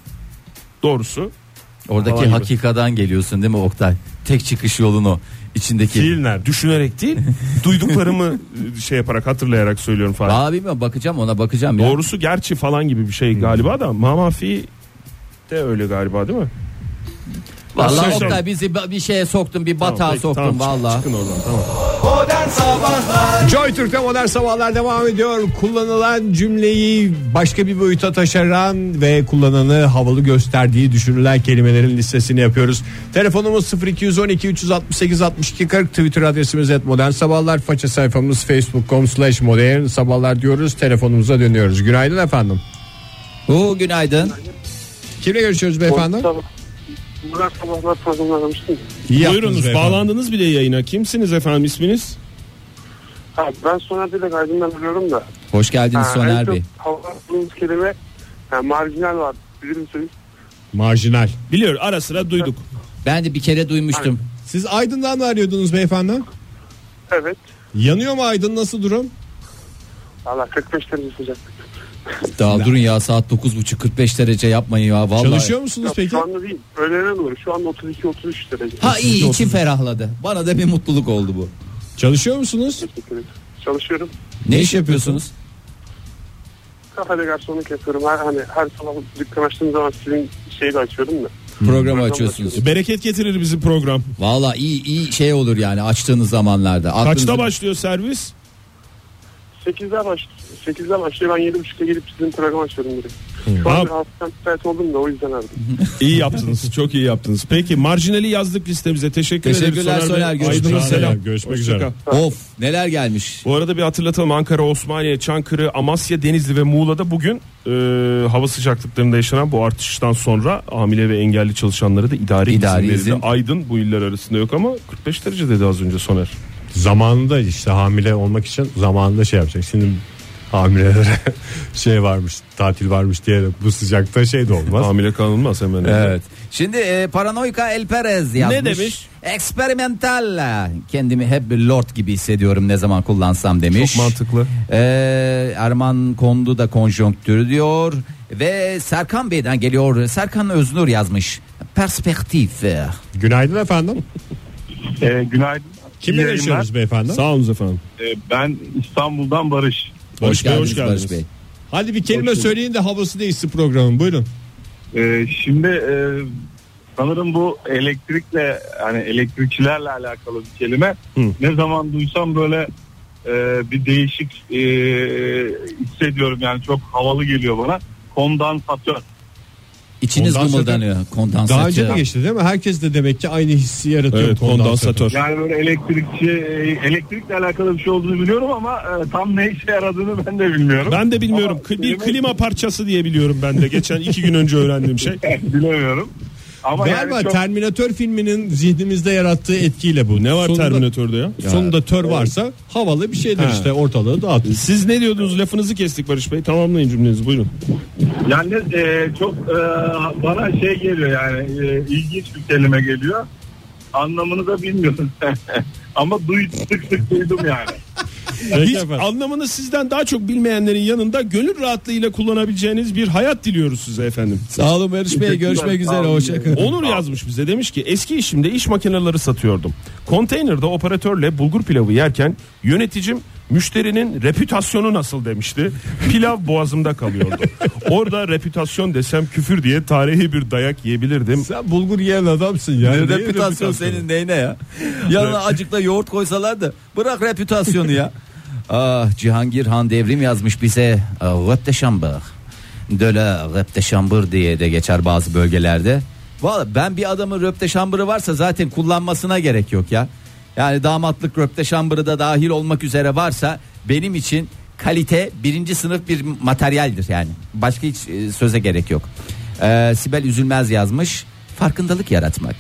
C: Doğrusu.
D: Oradaki
C: Hava gibi.
D: hakikadan geliyorsun değil mi Oktay? Tek çıkış yolun o. içindeki.
B: Fil nerede?
C: Düşünerek değil. duyduklarımı şey yaparak hatırlayarak söylüyorum Fahir.
D: Abi mi bakacağım ona bakacağım ya.
C: Doğrusu gerçi falan gibi bir şey galiba da ma mafi de öyle galiba değil mi?
D: Vallahi
C: Saçlar-
D: Oktay bizi ba- bir şeye soktun bir batağa
C: Tamam, peki,
D: soktun
C: tamam, çıkın,
D: vallahi.
C: Çıkın oradan tamam.
A: Modern Sabahlar
B: Joy Türk'te modern sabahlar devam ediyor. Kullanılan cümleyi başka bir boyuta taşıran ve kullananı havalı gösterdiği düşünülen kelimelerin listesini yapıyoruz. Telefonumuz 0212 368 62 40 Twitter adresimiz et modern sabahlar. Faça sayfamız facebook.com slash modern sabahlar diyoruz. Telefonumuza dönüyoruz. Günaydın efendim.
D: Oo, günaydın.
B: Kimle görüşüyoruz beyefendi?
E: Sabah- Murat sabahlar programını aramıştım.
B: İyi yaptınız
C: Buyurunuz
B: beyefendi.
C: bağlandınız bile yayına. Kimsiniz efendim isminiz?
E: Ha, ben Soner Dilek Aydın'dan arıyorum da.
D: Hoş geldiniz
E: Ha, en
D: Soner
E: çok
D: Bey.
E: Havalandığımız kelime ha, marjinal var. Bilir misiniz?
B: Marjinal.
C: Biliyor ara sıra duyduk.
D: Ben de bir kere duymuştum.
B: Siz Aydın'dan mı arıyordunuz beyefendi?
E: Evet.
B: Yanıyor mu Aydın nasıl durum?
E: Valla 45 derece sıcak.
D: Daha durun ya saat 9.30 45 derece yapmayın ya vallahi.
B: Çalışıyor musunuz
E: Ya,
B: peki?
E: Şu anda değil. Öğlene doğru. Şu anda 32-33 derece.
D: Ha iyi içim ferahladı. Bana da bir mutluluk oldu bu.
B: Çalışıyor musunuz?
E: Teşekkür ederim. Çalışıyorum.
D: Ne iş yapıyorsunuz?
E: Kafede garsonluk yapıyorum. Her, hani, her sabah dükkan açtığım zaman sizin şeyi de açıyorum da.
D: Programı
E: Programı
D: açıyorsunuz.
C: Bereket getirir bizim program.
D: Vallahi iyi iyi şey olur yani açtığınız zamanlarda.
C: Kaçta
D: Aklınızı-
C: başlıyor servis?
E: 8'de baş 8'de başlıyor. Ben 7.30'da gelip sizin programı açıyorum direkt. Şu
C: Ha.
E: an hafiften müsait oldum da o yüzden aradım.
C: İyi yaptınız. çok iyi yaptınız. Peki marjinali yazdık listemize. Teşekkür ederiz.
D: Teşekkürler Soner, görüşmek
C: Aydın'a
B: üzere.
C: selam.
B: Görüşmek
C: Hoşça
B: üzere.
C: kal.
D: Of neler gelmiş.
C: Bu arada bir hatırlatalım Ankara, Osmaniye, Çankırı, Amasya, Denizli ve Muğla'da bugün e, hava sıcaklıklarında yaşanan bu artıştan sonra hamile ve engelli çalışanlara da idari,
D: İdari
C: idari izin
D: izin.
C: verildi. Aydın bu iller arasında yok ama 45 derece dedi az önce Soner.
B: Zamanında işte hamile olmak için zamanında şey yapacak. Şimdi hamilelere şey varmış tatil varmış diye bu sıcakta şey de olmaz.
C: Hamile kalınmaz hemen.
D: Evet. Şimdi e, Paranoika El Perez yazmış.
C: Ne demiş?
D: Experimental. Kendimi hep bir lord gibi hissediyorum ne zaman kullansam demiş.
C: Çok mantıklı.
D: E, Erman Kondu da konjonktürü diyor. Ve Serkan Bey'den geliyor. Serkan Öznur yazmış. Perspektif.
B: Günaydın efendim.
F: Ee, günaydın.
B: Kimle
F: İyi yayınlar.
B: görüşüyoruz beyefendi?
C: Sağ olunuz efendim.
F: Ee, ben İstanbul'dan Barış.
C: Barış Bey, hoş
D: Barış
C: geldiniz.
D: Bey.
B: Hadi bir kelime söyleyin de havası değişsin programın. Buyurun.
F: Ee, şimdi e, sanırım bu elektrikle hani elektrikçilerle alakalı bir kelime. Ne zaman duysam böyle e, bir değişik e, hissediyorum yani çok havalı geliyor bana. Kondansatör.
D: İçiniz
B: Kondansatör.
D: mumuldanıyor. Kondansatör.
B: Daha önce de geçti değil mi? Herkes de demek ki aynı hissi yaratıyor.
C: Evet, kondansatör.
F: Yani böyle elektrikçi e, elektrikle alakalı bir şey olduğunu biliyorum ama e, tam ne işe yaradığını ben de bilmiyorum.
C: Ben de bilmiyorum.
F: Ama
C: Kli- bir
F: kelime-
C: klima parçası diye biliyorum ben de. Geçen iki gün önce öğrendiğim şey.
F: Bilemiyorum. Ama
B: Galiba
F: yani çok-
B: Terminator filminin zihnimizde yarattığı etkiyle bu.
C: Ne var
B: sonunda,
C: Terminator'da ya?
B: Sonunda tör varsa havalı bir şeydir
C: Ha.
B: işte ortalığı dağıtır.
C: Siz ne diyordunuz? Lafınızı kestik Barış Bey. Tamamlayın cümlenizi. Buyurun.
F: Yani e, çok e, bana şey geliyor yani e, ilginç bir kelime geliyor. Anlamını da bilmiyorum. Ama duydum sık sık duydum yani.
C: Hiç
B: efendim.
C: anlamını sizden daha çok bilmeyenlerin yanında gönül rahatlığıyla kullanabileceğiniz bir hayat diliyoruz size efendim.
B: Sağ olun Barış Bey görüşmek
F: Teşekkürler, sağ
B: üzere
F: olun.
B: hoşçakalın.
C: Onur yazmış bize demiş ki eski işimde iş makineleri satıyordum. Konteynerde operatörle bulgur pilavı yerken yöneticim müşterinin repütasyonu nasıl demişti. Pilav boğazımda kalıyordu. Orada repütasyon desem küfür diye tarihi bir dayak yiyebilirdim.
B: Sen bulgur yiyen adamsın yani. Neyin
D: reputasyon
B: reputasyonu?
D: senin neyine ya? Yanına acıkla yoğurt koysalar da bırak reputasyonu ya. Ah Cihangir Han Devrim yazmış bize "Ah, Röp de Şambır. Döle Röp de Şambır diye de geçer bazı bölgelerde. Valla ben bir adamın Röp de Şambır'ı varsa zaten kullanmasına gerek yok ya. Yani damatlık Röp de Şambır'ı da dahil olmak üzere varsa benim için kalite birinci sınıf bir materyaldir yani. Başka hiç e, söze gerek yok. Ee, Sibel Üzülmez yazmış farkındalık yaratmak.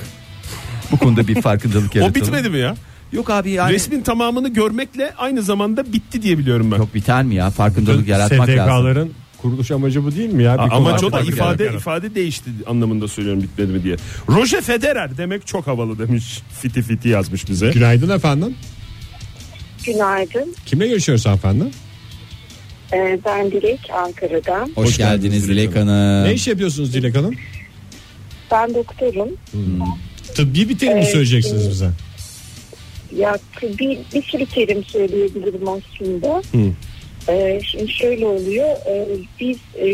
D: Bu konuda bir farkındalık
C: O
D: yaratalım.
C: bitmedi mi ya?
D: Yok abi yani.
C: Resmin tamamını görmekle aynı zamanda bitti diye biliyorum ben.
D: Yok biter mi ya? Farkındalık yaratmak lazım.
B: STK'ların kuruluş amacı bu değil mi ya? Bir
C: Ama
B: kolay
C: çok
B: kolay
C: ifade
B: yaratmak.
C: ifade değişti anlamında söylüyorum bitmedi mi diye. Roger Federer demek çok havalı demiş. Fiti fiti yazmış bize.
B: Günaydın efendim.
G: Günaydın.
B: Kimle görüşüyoruz efendim?
G: Ee, ben Dilek Ankara'dan.
D: Hoş,
B: Hoş
D: geldiniz,
B: geldiniz
D: Dilek
B: Dilek
D: Hanım.
B: Ne iş yapıyorsunuz Dilek Hanım?
G: Ben doktorum.
B: Tıbbi bir terim mi
G: Evet.
B: söyleyeceksiniz bize?
G: Ya bir, bir sürü terim söyleyebilirim aslında. Ee, şimdi şöyle oluyor. Ee, biz e,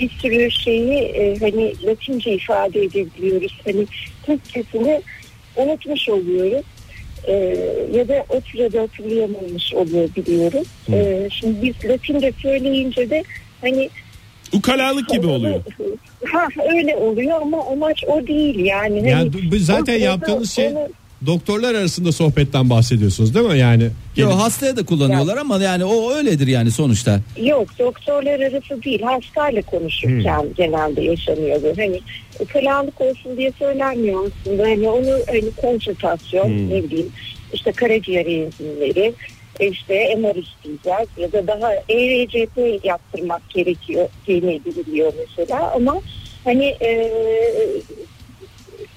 G: bir sürü şeyi e, hani Latince ifade edebiliyoruz. Hani Türkçesini unutmuş oluyoruz. Ee, ya da o sırada hatırlayamamış olabiliyoruz. Ee, şimdi biz Latince söyleyince de hani
C: Ukalalık gibi oluyor.
G: Ha öyle oluyor ama amaç o değil yani. Hani
B: Yani bu- bu zaten
G: o- o-
B: yaptığınız şey
G: onu-
B: doktorlar arasında sohbetten bahsediyorsunuz değil mi? Yani
D: Yo, hastaya da kullanıyorlar ama yani o öyledir yani sonuçta.
G: Yok doktorlar arası değil hastayla konuşurken
B: Hmm.
G: genelde yaşanıyor bu. Hani ukalalık olsun diye söylenmiyor aslında. Hani onu hani konsültasyon
B: Hmm.
G: ne bileyim işte karaciğer enzimleri işte MR isteyeceğiz ya da daha E ERCP yaptırmak gerekiyor denebiliyor mesela ama hani e,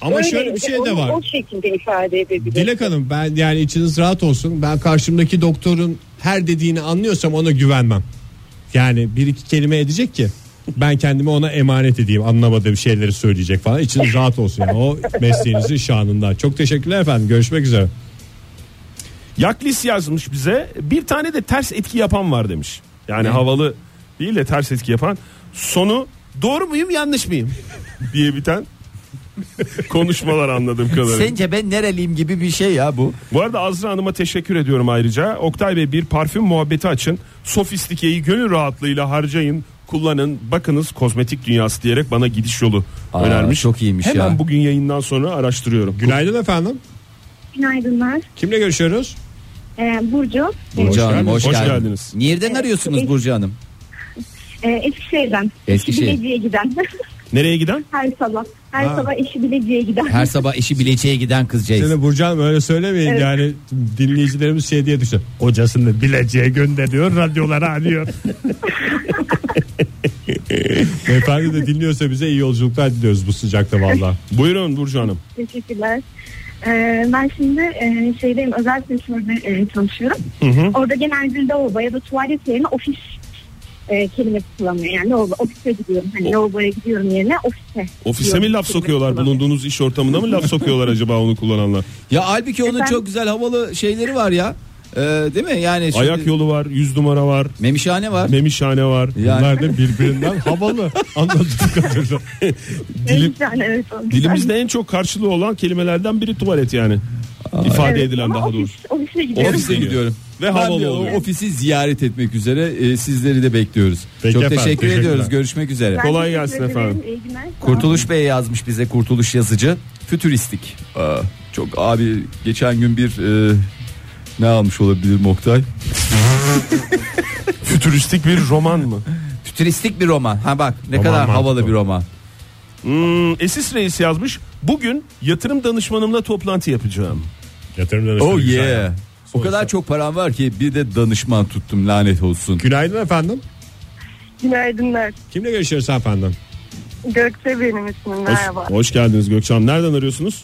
B: ama
G: öyle-
B: şöyle bir şey de
G: onu
B: var.
G: O şekilde ifade edebiliriz.
B: Dilek Hanım ben yani içiniz rahat olsun. Ben karşımdaki doktorun her dediğini anlıyorsam ona güvenmem. Yani bir iki kelime edecek ki ben kendimi ona emanet edeyim. Anlamadığım şeyleri söyleyecek falan. İçiniz rahat olsun. Yani o mesleğinizin şanından. Çok teşekkürler efendim. Görüşmek üzere.
C: Yaklis yazmış bize bir tane de ters etki yapan var demiş. Yani havalı değil de ters etki yapan. Sonu doğru muyum yanlış mıyım diye biten konuşmalar anladığım kadarıyla.
D: Sence ben nereliyim gibi bir şey ya bu.
C: Bu arada Azra Hanım'a teşekkür ediyorum ayrıca. Oktay Bey bir parfüm muhabbeti açın. Sofistikeyi gönül rahatlığıyla harcayın. Kullanın bakınız kozmetik dünyası diyerek bana gidiş yolu
D: Aa,
C: önermiş.
D: çok iyiymiş
C: Hemen
D: ya.
C: bugün yayından sonra araştırıyorum.
B: Günaydın efendim.
H: Günaydınlar.
B: Kimle görüşüyoruz?
H: Ee, Burcu.
D: Burcu Hanım
C: geldiniz.
D: hoş,
C: Hoş
D: geldiniz.
C: geldiniz.
D: Nereden arıyorsunuz Burcu Hanım?
H: Ee, Eskişehir'den.
D: Eskişehir.
H: Eşi Bileci'ye giden.
C: Nereye giden?
H: Her sabah. Her sabah eşi Bileci'ye giden.
D: Her sabah işi bileceğe giden kızcağız.
B: Seni Burcu Hanım öyle söylemeyin.
H: Evet.
B: Yani dinleyicilerimiz şey diye düşünüyor. Kocasını bileceğe gönderiyor. Radyolara arıyor. Beyefendi de dinliyorsa bize iyi yolculuklar diliyoruz bu sıcakta valla.
C: Buyurun Burcu Hanım.
H: Teşekkürler. Ee, ben şimdi e, şeydeyim özel sektörde e, çalışıyorum. Orada genelde lavabo ya da tuvalet yerine ofis e, kelimesi kullanılıyor. Yani lavabo, ofise gidiyorum. Hani lavaboya gidiyorum yerine ofise.
C: Ofise
H: diyorum
C: mi laf
H: kelimesi
C: sokuyorlar?
H: kullanılıyor.
C: Bulunduğunuz iş ortamına mı laf sokuyorlar acaba onu kullananlar?
D: Ya halbuki onun
H: Efendim?
D: çok güzel havalı şeyleri var ya. Ee, değil mi? Yani şimdi
C: Ayak yolu var, yüz numara var,
D: memişhane var.
C: memişhane var.
D: Yani-
B: Bunlar da birbirinden havalı anladığım kadarıyla.
C: Dilim-
H: Evet, yani, evet, o güzel.
C: dilimizde en çok karşılığı olan kelimelerden biri tuvalet yani. İfade
H: Evet,
C: edilen
H: ama
C: daha
H: ofis-
C: doğrusu.
H: Ofise gidiyorum.
C: Ofise gidiyorum. Ve
D: Ben
C: havalı
D: de o
C: oluyor.
D: Ofisi ziyaret etmek üzere e, sizleri de bekliyoruz.
B: Peki
D: çok
B: efendim,
D: teşekkür
B: teşekkürler.
D: ediyoruz. Görüşmek üzere.
H: Ben
C: Kolay
H: teşekkür
C: gelsin
H: ederim.
C: efendim.
H: İyi günler. Sağ olun.
D: Kurtuluş Bey yazmış bize Kurtuluş yazıcı. Fütüristik. Aa, çok abi geçen gün bir e, ne almış olabilir Moktay?
C: Fütüristik bir roman mı?
D: Fütüristik bir roman. Ha bak ne kadar
B: mantıklı.
D: havalı bir roman.
C: Hmm, Esis Reis yazmış. Bugün yatırım danışmanımla toplantı yapacağım.
B: Yatırım danışmanı
D: Oh
B: güzel
D: yeah.
B: ya.
D: O kadar çok param var ki bir de danışman tuttum lanet olsun.
B: Günaydın efendim.
H: Günaydınlar.
B: Kimle görüşüyoruz efendim?
H: Gökçe benim ismim.
C: Hoş,
H: Merhaba.
C: hoş geldiniz Gökçe Hanım. Nereden arıyorsunuz?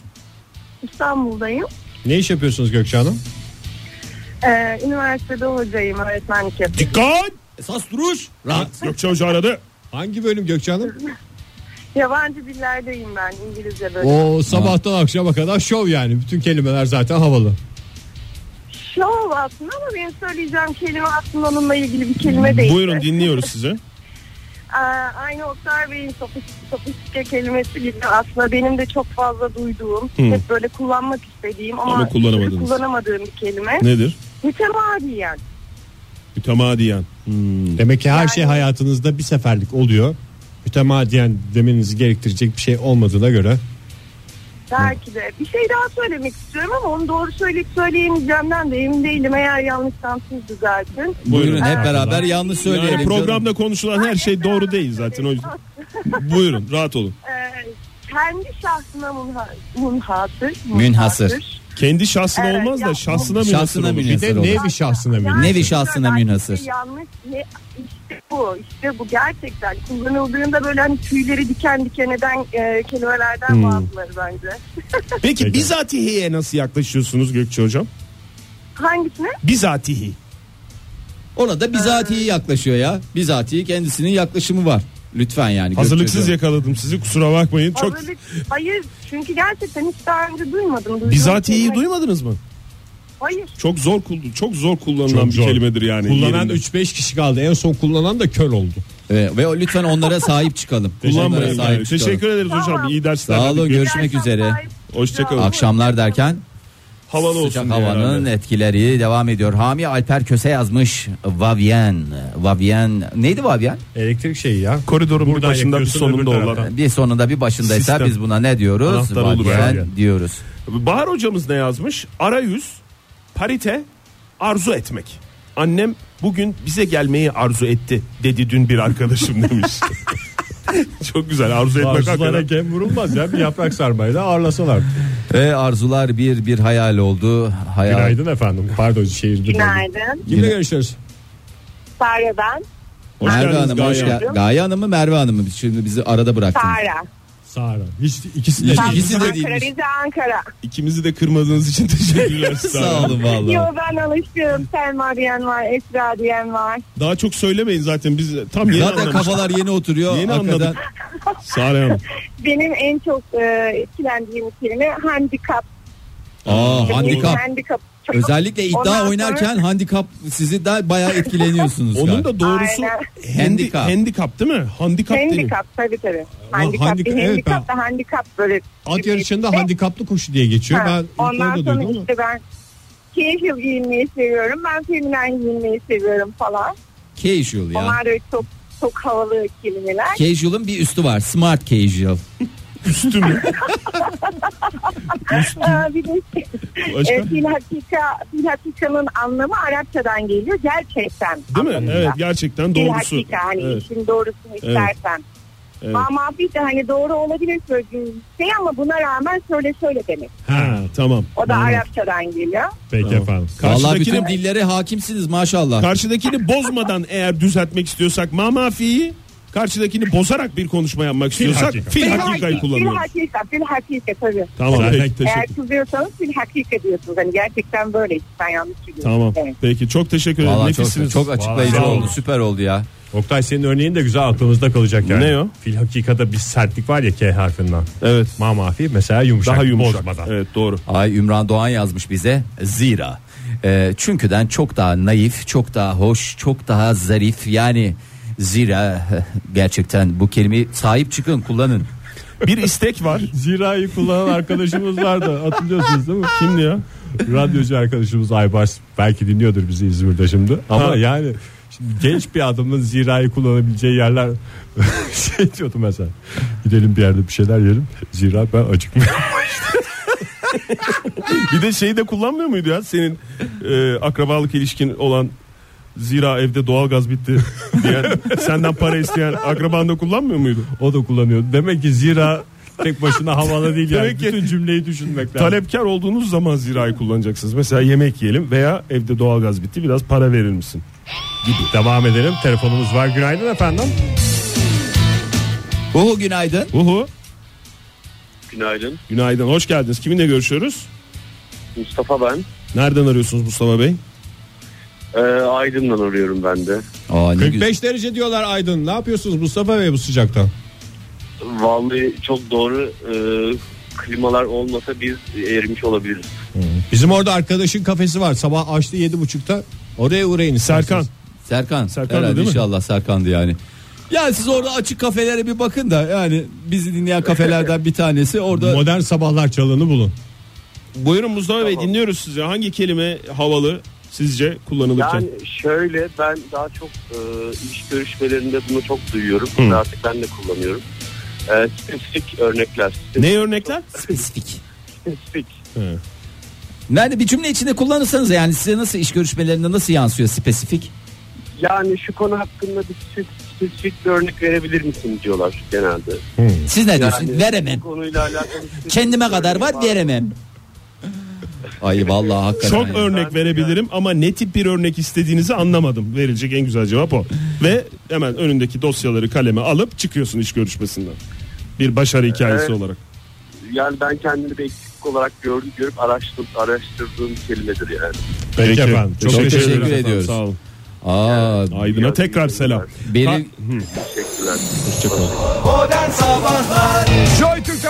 H: İstanbul'dayım.
B: Ne iş yapıyorsunuz Gökçe Hanım?
H: Ee, üniversitede hocayım. Öğretmenlik yapıyorum.
C: Dikkat!
D: Esas duruş. Rahat.
C: Gökçe Hoca aradı.
B: Hangi bölüm Gökçe Hanım?
H: Yabancı dillerdeyim ben. İngilizce böyle.
B: O sabahtan akşama kadar şov yani. Bütün kelimeler zaten havalı.
H: Şov aslında ama benim söyleyeceğim kelime aslında onunla ilgili bir kelime değil.
C: Buyurun dinliyoruz sizi.
H: Ee, aynı Oktay Bey'in sofis- sofistike kelimesi gibi aslında benim de çok fazla duyduğum, hep böyle kullanmak istediğim ama,
C: Ama kullanamadınız.
H: kullanamadığım bir kelime.
C: Nedir?
H: Mütemadiyen.
C: Mütemadiyen. Hmm.
B: Demek ki her
H: Yani-
B: şey hayatınızda bir seferlik oluyor. Mütemadiyen demenizi gerektirecek bir şey olmadığına göre.
H: Belki de. Bir şey daha söylemek istiyorum ama onu doğru söyleyip söyleyemeyeceğimden de emin değilim. Eğer yanlışsam siz düzeltin.
D: Buyurun
C: Buyurun. şey
D: hep beraber yanlış söyleyelim.
C: Yani
D: canım.
C: programda konuşulan her şey doğru değil zaten o yüzden. Buyurun rahat olun.
H: Ee, kendi şahsına munha- munhasır.
D: Münhasır.
C: Kendi şahsına
H: Evet,
C: olmaz da
H: ya-
C: şahsına münasır
D: Şahsına
C: olun.
D: münasır.
B: Bir de
D: olur.
B: nevi şahsına
H: Yani
B: bir.
D: Nevi şahsına
H: ben
D: münhasır.
H: işte Yanlış ne- işte bu işte bu gerçekten kullanıldığında böyle hani tüyleri diken diken eden e, kelimelerden bazıları bence.
C: Peki
B: Peki.
C: bizatihiye nasıl yaklaşıyorsunuz Gökçe Hocam?
H: Hangisine?
C: Bizatihi.
D: Ona da bizatihi yaklaşıyor ya. Bizatihi kendisinin yaklaşımı var. Lütfen yani.
C: Hazırlıksız
D: Gökçe
C: yakaladım sizi kusura bakmayın. Çok
H: Hazırlık- Hayır çünkü gerçekten hiç daha önce duymadım. Duydum.
C: bizatihiyi duymadınız mı?
H: Hayır.
C: Çok zor kuldu, çok zor kullanılan
B: Çok
C: bir
B: zor.
C: kelimedir yani.
B: Kullanan
C: yerinde.
B: 3-5 kişi kaldı. En son kullanan da kör oldu.
D: Ve, ve o- lütfen onlara sahip çıkalım. Onlara
C: kullanmayın.
D: sahip
C: yani.
D: çıkalım.
C: Teşekkür ederiz hocam.
H: Tamam.
C: İyi dersler.
D: Sağ olun
C: Hadi gör-
D: görüşmek üzere.
C: Hoşçakalın.
D: Akşamlar derken
C: Havalı olsun.
D: Sıcak
C: diye
D: havanın
C: herhalde.
D: etkileri devam ediyor. Hami Alper Köse yazmış. Vavien. Vavien. Neydi Vavien?
B: Elektrik şeyi ya.
C: Koridorun bir
B: Buradan
C: başında bir
B: yakıyorsun, öbür
C: sonunda olan.
B: taraftan.
D: Bir sonunda bir başındaysa
C: Sistem.
D: biz buna ne diyoruz?
C: Anahtar oldu
D: Vavien
C: Vavien.
D: diyoruz.
C: Bahar hocamız ne yazmış? Arayüz, parite, arzu etmek. Annem bugün bize gelmeyi arzu etti dedi dün bir arkadaşım demiş. Çok güzel arzu etmek
B: Arzulara
C: hakikaten.
B: gem vurulmaz ya. Bir yaprak sarmayla ağırlasalar.
D: Ve arzular bir bir hayal oldu. Hayal.
B: Günaydın efendim. Pardon şehir
H: Günaydın.
B: Kimle görüşüyoruz?
H: Sare ben.
C: Hoş
D: Merve
C: geldiniz
D: Hanım
C: Gaye
D: hoş
C: Hanım.
D: gel- Gaye Hanım mı Merve Hanım mı? Şimdi bizi arada bıraktınız.
H: Sara.
B: Sara. Hiç ikisi de
D: İkisi de
H: Ankara,
D: değilmiş.
H: Rize, Ankara.
C: İkimizi de kırmadığınız için teşekkürler.
D: Sağ olun
H: Yo
D: vallahi.
H: ben alışıyorum. Selma diyen var, Esra diyen var.
C: Daha çok söylemeyin zaten biz tam yeni
D: Zaten kafalar yeni oturuyor.
C: Yeni
D: Hakikaten
C: anladık. Sare Hanım.
H: Benim en çok e, etkilendiğim kelime handikap.
D: Aa handikap.
H: Handikap. çok-
D: Özellikle iddia
H: Ondan sonra-
D: oynarken handikap sizi daha bayağı etkileniyorsunuz.
C: Onun
D: galiba.
C: da doğrusu
H: Aynen.
D: Handicap.
C: handikap. handikap değil mi? Handikap değil.
H: Handikap tabii tabii. Handikap,
B: handikap,
H: handikap,
B: evet,
H: handikap da handikap böyle.
B: At yarışında
H: Ve-
B: handikaplı koşu diye geçiyor.
H: Ha,
B: Ben
H: Ondan
B: ilk orada
H: sonra
B: duydum. ama-
H: işte ben casual giyinmeyi seviyorum. Ben feminen giyinmeyi seviyorum falan.
D: Casual ya.
H: Onlar da çok çok havalı kelimeler.
D: Casual'ın bir üstü var. Smart casual.
C: Üstü mü?
H: Aa, bir de şey,
C: Başka?
H: e, fil hakika, fil hakikanın anlamı Arapçadan geliyor. Gerçekten.
C: Değil mi?
H: anlamında.
C: Evet gerçekten
H: Fil
C: doğrusu.
H: hakika hani
C: Evet.
H: işin doğrusunu istersen.
C: Evet.
H: Ama bir de hani doğru olabilir söylediğin şey ama buna rağmen söyle söyle demek.
C: Ha tamam.
H: O da Arapçadan geliyor.
B: Peki
C: Tamam.
B: efendim.
D: Vallahi
C: Karşıdakini-
D: bütün dillere hakimsiniz maşallah.
C: Karşıdakini bozmadan eğer düzeltmek istiyorsak mamafiyi karşıdakini bozarak bir konuşma yapmak istiyorsak
B: hakika.
C: fil
H: hakika-
C: hakikayı
H: Fil
C: kullanıyoruz.
H: hakika, fil hakika tabii.
C: Tamam
B: Zaten-
C: peki
H: Eğer
C: teşekkür.
H: kızıyorsanız fil hakika diyorsunuz. Hani gerçekten böyle. Ben yanlış biliyorum.
C: Tamam.
H: Evet.
C: Peki çok teşekkür ederim.
D: Vallahi çok,
C: Nefissiniz.
D: çok açıklayıcı
B: Vallahi.
D: oldu. Süper oldu ya.
B: Oktay senin örneğin de güzel aklımızda kalacak yani.
C: Ne o?
B: Fil hakikada bir sertlik var ya K harfinden.
C: Evet.
B: Mamafi mesela yumuşak.
C: Daha yumuşak.
B: Bozmadan.
C: Evet doğru.
D: Ay Ümran Doğan yazmış bize. Zira. Ee, çünküden çok daha naif, çok daha hoş, çok daha zarif. Yani zira gerçekten bu kelimeyi sahip çıkın kullanın.
C: Bir istek var.
B: Zira'yı kullanan arkadaşımız vardı. Hatırlıyorsunuz değil mi? Kimdi ya? Radyocu arkadaşımız Aybars. Belki dinliyordur bizi İzmir'de şimdi. Ama
C: Ha.
B: yani şimdi genç bir adamın zira'yı kullanabileceği yerler şey diyordu mesela. Gidelim bir yerde bir şeyler yiyelim. Zira ben acıkmıyorum.
C: Bir de şeyi de kullanmıyor muydu ya senin e, akrabalık ilişkin olan Zira evde doğalgaz bitti diyen senden para isteyen akraban da kullanmıyor muydu?
B: O da kullanıyordu. Demek ki zira tek başına havalı değil yani.
C: Demek ki-
B: Bütün cümleyi düşünmek lazım.
C: Talepkar olduğunuz zaman zirayı kullanacaksınız. Mesela yemek yiyelim veya evde doğalgaz bitti biraz para verir misin?
B: Devam edelim. Telefonumuz var. Günaydın efendim.
D: Uhu günaydın.
C: Uhu
E: Günaydın.
C: günaydın hoş geldiniz. Kiminle görüşüyoruz?
E: Mustafa ben.
C: Nereden arıyorsunuz Mustafa Bey?
E: Ee, Aydın'dan arıyorum ben de.
D: Aa, ne güzel.
B: derece diyorlar Aydın. Ne yapıyorsunuz Mustafa Bey bu sıcakta?
E: Vallahi çok doğru. Ee, klimalar olmasa biz erimiş olabiliriz.
B: Bizim orada arkadaşın kafesi var. Sabah açtı yedi buçukta. Oraya uğrayın.
C: Serkan.
D: Serkan.
C: Serkan'dı
D: herhalde
C: değil mi?
D: inşallah Serkan'dı yani. Yani siz orada açık kafelere bir bakın da yani bizi dinleyen kafelerden bir tanesi orada
B: Modern sabahlar çalanı bulun.
C: Buyurun Mustafa Bey dinliyoruz sizi. Hangi kelime havalı sizce kullanılırken?
E: Yani şöyle ben daha çok e, iş görüşmelerinde bunu çok duyuyorum. Ve Artık ben de kullanıyorum. Ee, spesifik örnekler.
C: Ne örnekler?
D: spesifik.
E: Spesifik.
D: Nerede bir cümle içinde kullanırsanız yani size nasıl iş görüşmelerinde nasıl yansıyor spesifik?
E: Yani şu konu hakkında bir spe- spesifik bir örnek verebilir misin diyorlar genelde.
D: Siz ne diyorsunuz?
E: Yani
D: veremem.
E: bu konuyla alakalı spesifik
D: Kendime
E: bir
D: kadar
E: örnek
D: var veremem. Ay vallahi hakikaten.
C: Çok
D: ya.
C: örnek verebilirim ama ne tip bir örnek istediğinizi anlamadım. Verilecek en güzel cevap o. Ve hemen önündeki dosyaları kaleme alıp çıkıyorsun iş görüşmesinden. Bir başarı hikayesi
E: Evet.
C: olarak.
E: Yani ben kendimi bir eksiklik olarak gördüm, görüp araştırdım, araştırdığım kelimedir yani.
B: Peki efendim.
C: Çok,
D: Çok
C: teşekkür,
D: teşekkür
C: ederiz.
D: ediyoruz.
C: Sağ olun.
D: Aa,
C: Aydın'a tekrar selam.
D: benim
E: Teşekkürler.
B: Joy Türk'te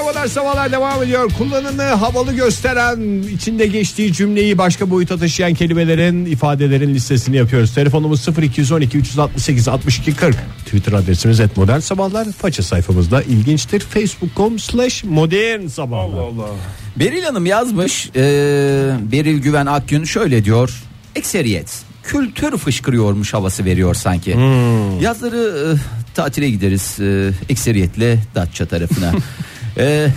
B: modern Modern Sabahlar devam ediyor. Kullanımı havalı gösteren, içinde geçtiği cümleyi başka boyuta taşıyan kelimelerin, ifadelerin listesini yapıyoruz. Telefonumuz 0212 368 62 40. Twitter adresimiz et modern sabahlar. Faça sayfamızda ilginçtir. Facebook.com slash modern sabahlar.
C: Allah.
D: Beril Hanım yazmış. e, Beril Güven Akgün şöyle diyor. Ekseriyet. Kültür fışkırıyormuş havası veriyor sanki.
C: Hmm.
D: Yazları e, tatile gideriz. E, ekseriyetle Datça tarafına. E,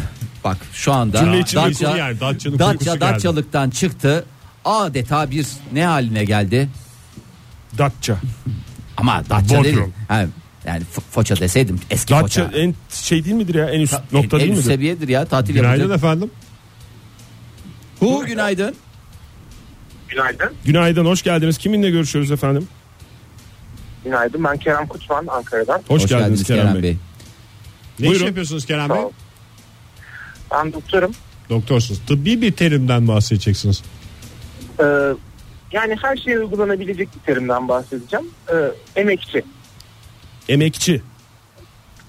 D: bak şu anda
B: Cümle içinde kuru yer, Datça'nın
D: Datça
B: kurgusu geldi.
D: Datçalıktan çıktı. Adeta bir ne haline geldi?
C: Datça.
D: Ama Datça
C: Bodrum.
D: değil. Ha, yani Fo- Foça deseydim eski
C: Datça
D: Foça.
C: en şey değil midir ya? En üst
D: Ta-
C: nokta
D: en
C: değil
D: üst
C: midir?
D: seviyedir ya tatil
B: Günaydın
D: yapacak.
B: efendim.
D: Hu günaydın.
E: Günaydın.
C: Günaydın, hoş geldiniz. Kiminle görüşüyoruz efendim?
E: Günaydın. Ben Kerem Kutman Ankara'dan.
C: Hoş, geldiniz, Kerem, Bey.
B: Ne iş
C: Buyurun.
B: yapıyorsunuz Kerem Bey?
E: Sağ olun. Ben doktorum.
B: Doktorsunuz. Tıbbi bir terimden bahsedeceksiniz.
E: Ee, yani her şeye uygulanabilecek bir terimden bahsedeceğim. Ee, emekçi.
C: Emekçi.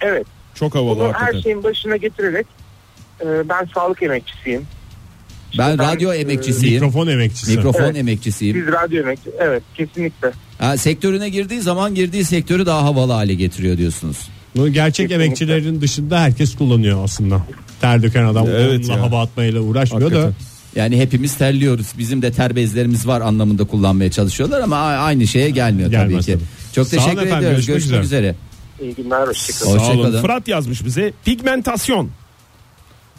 E: Evet.
C: Çok havalı
E: Bunu her
C: hakikaten.
E: şeyin başına getirerek e, ben sağlık emekçisiyim.
D: Ben
E: ben,
D: radyo
E: e,
D: emekçisiyim.
B: Mikrofon emekçisi.
D: Mikrofon
E: Evet.
D: emekçisiyim.
E: Biz radyo emekçi. Evet kesinlikle.
D: Ha, sektörüne girdiği zaman girdiği sektörü daha havalı hale getiriyor diyorsunuz.
B: Bunu gerçek
E: Kesinlikle.
B: emekçilerin dışında herkes kullanıyor aslında. Ter döken adam
C: Evet
B: onunla
C: ya.
B: hava atmayla uğraşmıyor da.
C: Hakikaten.
D: Yani hepimiz terliyoruz. Bizim de ter bezlerimiz var anlamında kullanmaya çalışıyorlar ama a- aynı şeye gelmiyor tabii
B: Gelmez
D: ki.
B: tabii.
D: Çok
B: Sağ olun
D: teşekkür
B: efendim,
D: ediyoruz.
B: görüşmek
D: Görüşmek üzere.
E: İyi günler. Hoşçakalın.
D: Hoşça
C: Sağ olun.
D: kalın.
C: Fırat yazmış bize pigmentasyon.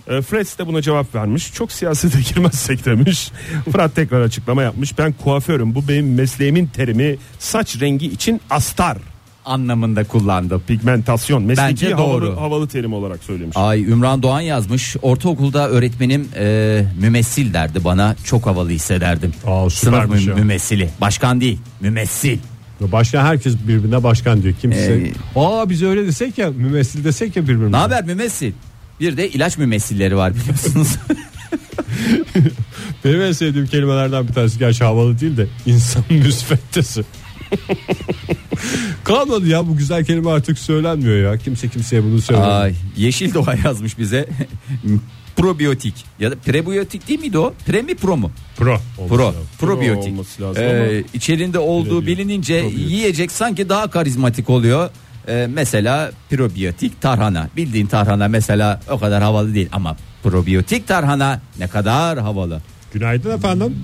C: E, Freds de buna cevap vermiş. Çok siyasete girmezsek demiş. Fırat tekrar açıklama yapmış. Ben kuaförüm. Bu benim mesleğimin terimi. Saç rengi için astar.
D: Anlamında kullandım.
C: Pigmentasyon. Mesleki
D: Bence
C: havalı,
D: doğru.
C: havalı terim olarak söylemiş.
D: Ay Ümran Doğan yazmış. Ortaokulda öğretmenim e, mümessil derdi bana. Çok havalı hissederdim.
B: Aa,
D: Sınıf
B: süpermiş
D: mü-
B: ya.
D: mümessili. Başkan değil. Mümessil.
B: Başkan herkes birbirine başkan diyor. Kimse
D: Ee,
B: aa biz öyle desek ya mümessil desek ya birbirimize.
D: Ne haber mümessil? Bir de ilaç mümessilleri var biliyorsunuz.
B: Benim en sevdiğim kelimelerden bir tanesi gerçi havalı değil de insan müsveddesi. Kalmadı ya bu güzel kelime artık söylenmiyor ya. Kimse kimseye bunu söylemiyor.
D: Ay, Yeşil Doğa yazmış bize. probiyotik ya da prebiyotik değil miydi o? Pre mi pro mu?
B: Pro.
D: Pro. Probiyotik.
C: olması lazım
D: Ee, içerinde olduğu
B: Prebiyotik,
D: bilinince
B: probiyotik.
D: yiyecek sanki daha karizmatik oluyor. Ee, mesela probiyotik tarhana. Bildiğin tarhana mesela o kadar havalı değil ama probiyotik tarhana ne kadar havalı.
B: Günaydın efendim.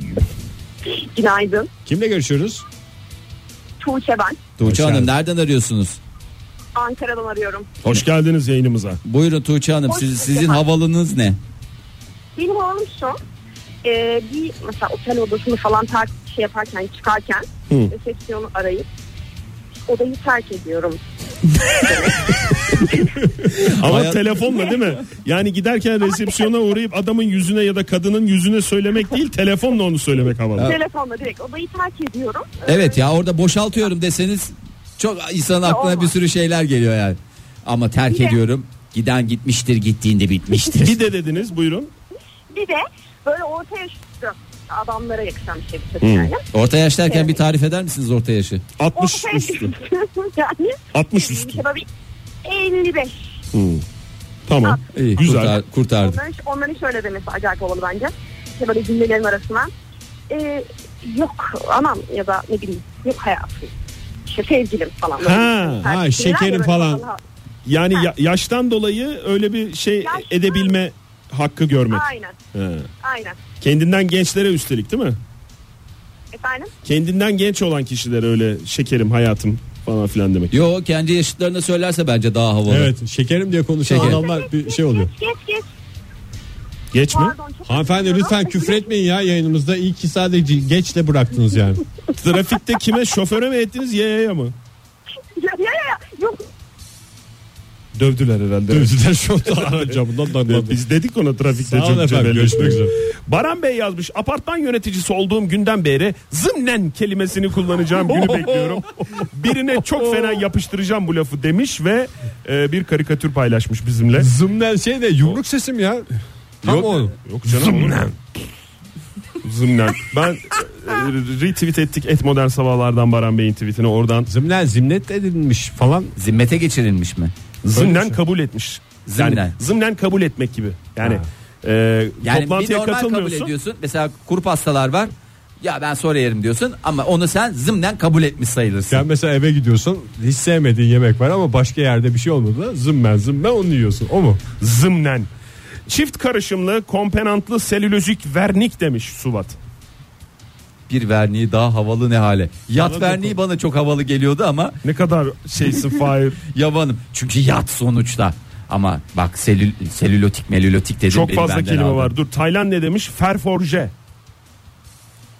H: Günaydın.
B: Kimle görüşüyoruz?
H: Tuğçe ben.
B: Hoş
D: Tuğçe Hanım
B: geldin.
D: nereden arıyorsunuz?
H: Ankara'dan arıyorum.
C: Hoş geldiniz yayınımıza.
D: Buyurun Tuğçe Hanım
H: Hoş
D: siz,
H: bulduk
D: sizin
H: efendim.
D: havalınız ne?
H: Benim oğlum şu. e, bir mesela otel odasını falan tar- şey yaparken çıkarken resepsiyonu arayıp odayı terk ediyorum.
C: Ama
D: Hayat-
C: telefonla değil mi? Yani giderken resepsiyona uğrayıp adamın yüzüne ya da kadının yüzüne söylemek değil telefonla onu söylemek havalı.
H: Telefonla direkt odayı terk ediyorum.
D: Evet ya orada boşaltıyorum deseniz çok insanın aklına
H: olmaz.
D: bir sürü şeyler geliyor yani. Ama terk
H: de-
D: ediyorum. Giden gitmiştir, gittiğinde bitmiştir.
C: Bir de dediniz buyurun.
H: Bir de böyle orta yaşlı adamlara yakışan bir şey bir şey yani.
D: orta yaş derken bir tarif eder misiniz orta yaşı?
C: 60
H: Orta
C: üstü.
H: yaşlı yani.
C: 60 üstü.
H: Mesela bir 55.
C: Tamam.
D: İyi,
C: Güzel.
D: kurtar- kurtardım.
H: Onların, onların şöyle demesi acayip havalı bence. İşte böyle cümlelerin arasına. E, yok anam ya da ne bileyim yok hayatım. İşte sevgilim falan. böyle.
C: Ha,
H: Terk
B: ha,
H: ediyorlar
B: şekerim
H: ya şey böyle
B: falan.
H: havalı-
C: Yani ya- yaştan dolayı öyle bir şey
H: Yaştan-
C: edebilme hakkı görmek.
H: Aynen
C: He.
H: aynen.
C: Kendinden gençlere üstelik değil mi?
H: Efendim?
C: Kendinden genç olan kişilere öyle şekerim hayatım falan filan demek.
D: Yo kendi yaşıtlarına söylerse bence daha havalı.
B: Evet şekerim diye konuşan
D: Şeker.
B: adamlar bir şey oluyor.
H: Geç geç geç.
C: Geç mi?
H: Pardon çok
B: Hanımefendi
H: üzülüyorum.
B: lütfen küfür etmeyin ya yayınımızda. İyi ki sadece geçle bıraktınız yani.
C: Trafikte kime şoföre mi ettiniz yaya mı?
H: Ya, ya, ya, yok
C: Dövdüler herhalde.
B: Dövdüler şu anda aracı camından damladı.
C: Biz dedik ona trafikte
B: şey Sağ olun
C: çok
B: efendim,
C: cebelleştik.
B: görüşmek üzere.
C: Baran Bey yazmış. Apartman yöneticisi olduğum günden beri zımnen kelimesini kullanacağım günü bekliyorum. Birine çok fena yapıştıracağım bu lafı demiş ve e, bir karikatür paylaşmış bizimle.
B: Zımnen şey de yumruk sesim ya. Tam
C: Yok,
B: o.
C: Yok canım. Zımnen. Zımnen. Ben e, retweet ettik et modern sabahlardan Baran Bey'in tweetini oradan.
B: Zımnen zimnet edilmiş falan.
D: Zimmete geçirilmiş mi?
C: Zımnen kabul etmiş Yani
D: şey. Zımnen.
C: zımnen kabul etmek gibi. Yani, e,
D: Yani bir
C: toplantıya
D: normal kabul
C: katılmıyorsun.
D: ediyorsun. Mesela kuru pastalar var. Ya ben sonra yerim diyorsun ama onu sen zımnen kabul etmiş sayılırsın.
B: Sen mesela eve gidiyorsun hiç sevmediğin yemek var ama başka yerde bir şey olmadı da zımmen zımmen onu yiyorsun o mu?
C: Zımnen. Çift karışımlı kompenantlı selülozik vernik demiş Suvat.
D: Bir verniği daha havalı ne hale. Yat verniği bana çok havalı geliyordu ama
C: Ne kadar şeysin Fahir.
D: yabanım. Çünkü yat sonuçta. Ama bak selül, selülotik melülotik dedim.
C: Çok
D: beni
C: fazla
D: benden
C: kelime
D: aldın.
C: var. Dur Tayland ne demiş? Ferforje.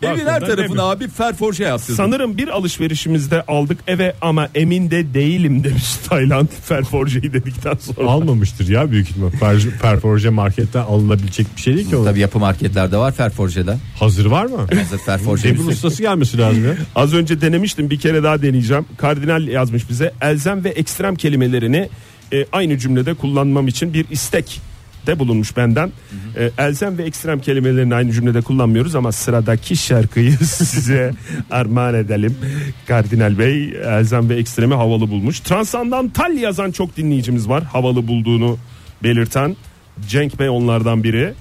D: Evin her
C: Bakın ben
D: tarafına
C: demiyorum.
D: abi ferforje yaptırdın.
C: Sanırım bir alışverişimizde aldık eve ama emin de değilim demiş Tayland ferforjeyi dedikten sonra.
B: Almamıştır ya büyük ihtimal. Per- Perforje marketten alınabilecek bir şey değil ki o.
D: Tabii yapı marketlerde var ferforjede.
B: Hazır var mı?
D: Hazır ferforje.
B: Debul ustası gelmesi lazım ya.
C: Az önce denemiştim bir kere daha deneyeceğim. Kardinal yazmış bize elzem ve ekstrem kelimelerini e, aynı cümlede kullanmam için bir istek de bulunmuş benden. E, elzem ve ekstrem kelimelerini aynı cümlede kullanmıyoruz ama sıradaki şarkıyı size armağan edelim. Kardinal Bey elzem ve ekstremi havalı bulmuş. Transandantal yazan çok dinleyicimiz var havalı bulduğunu belirten. Cenk Bey onlardan biri.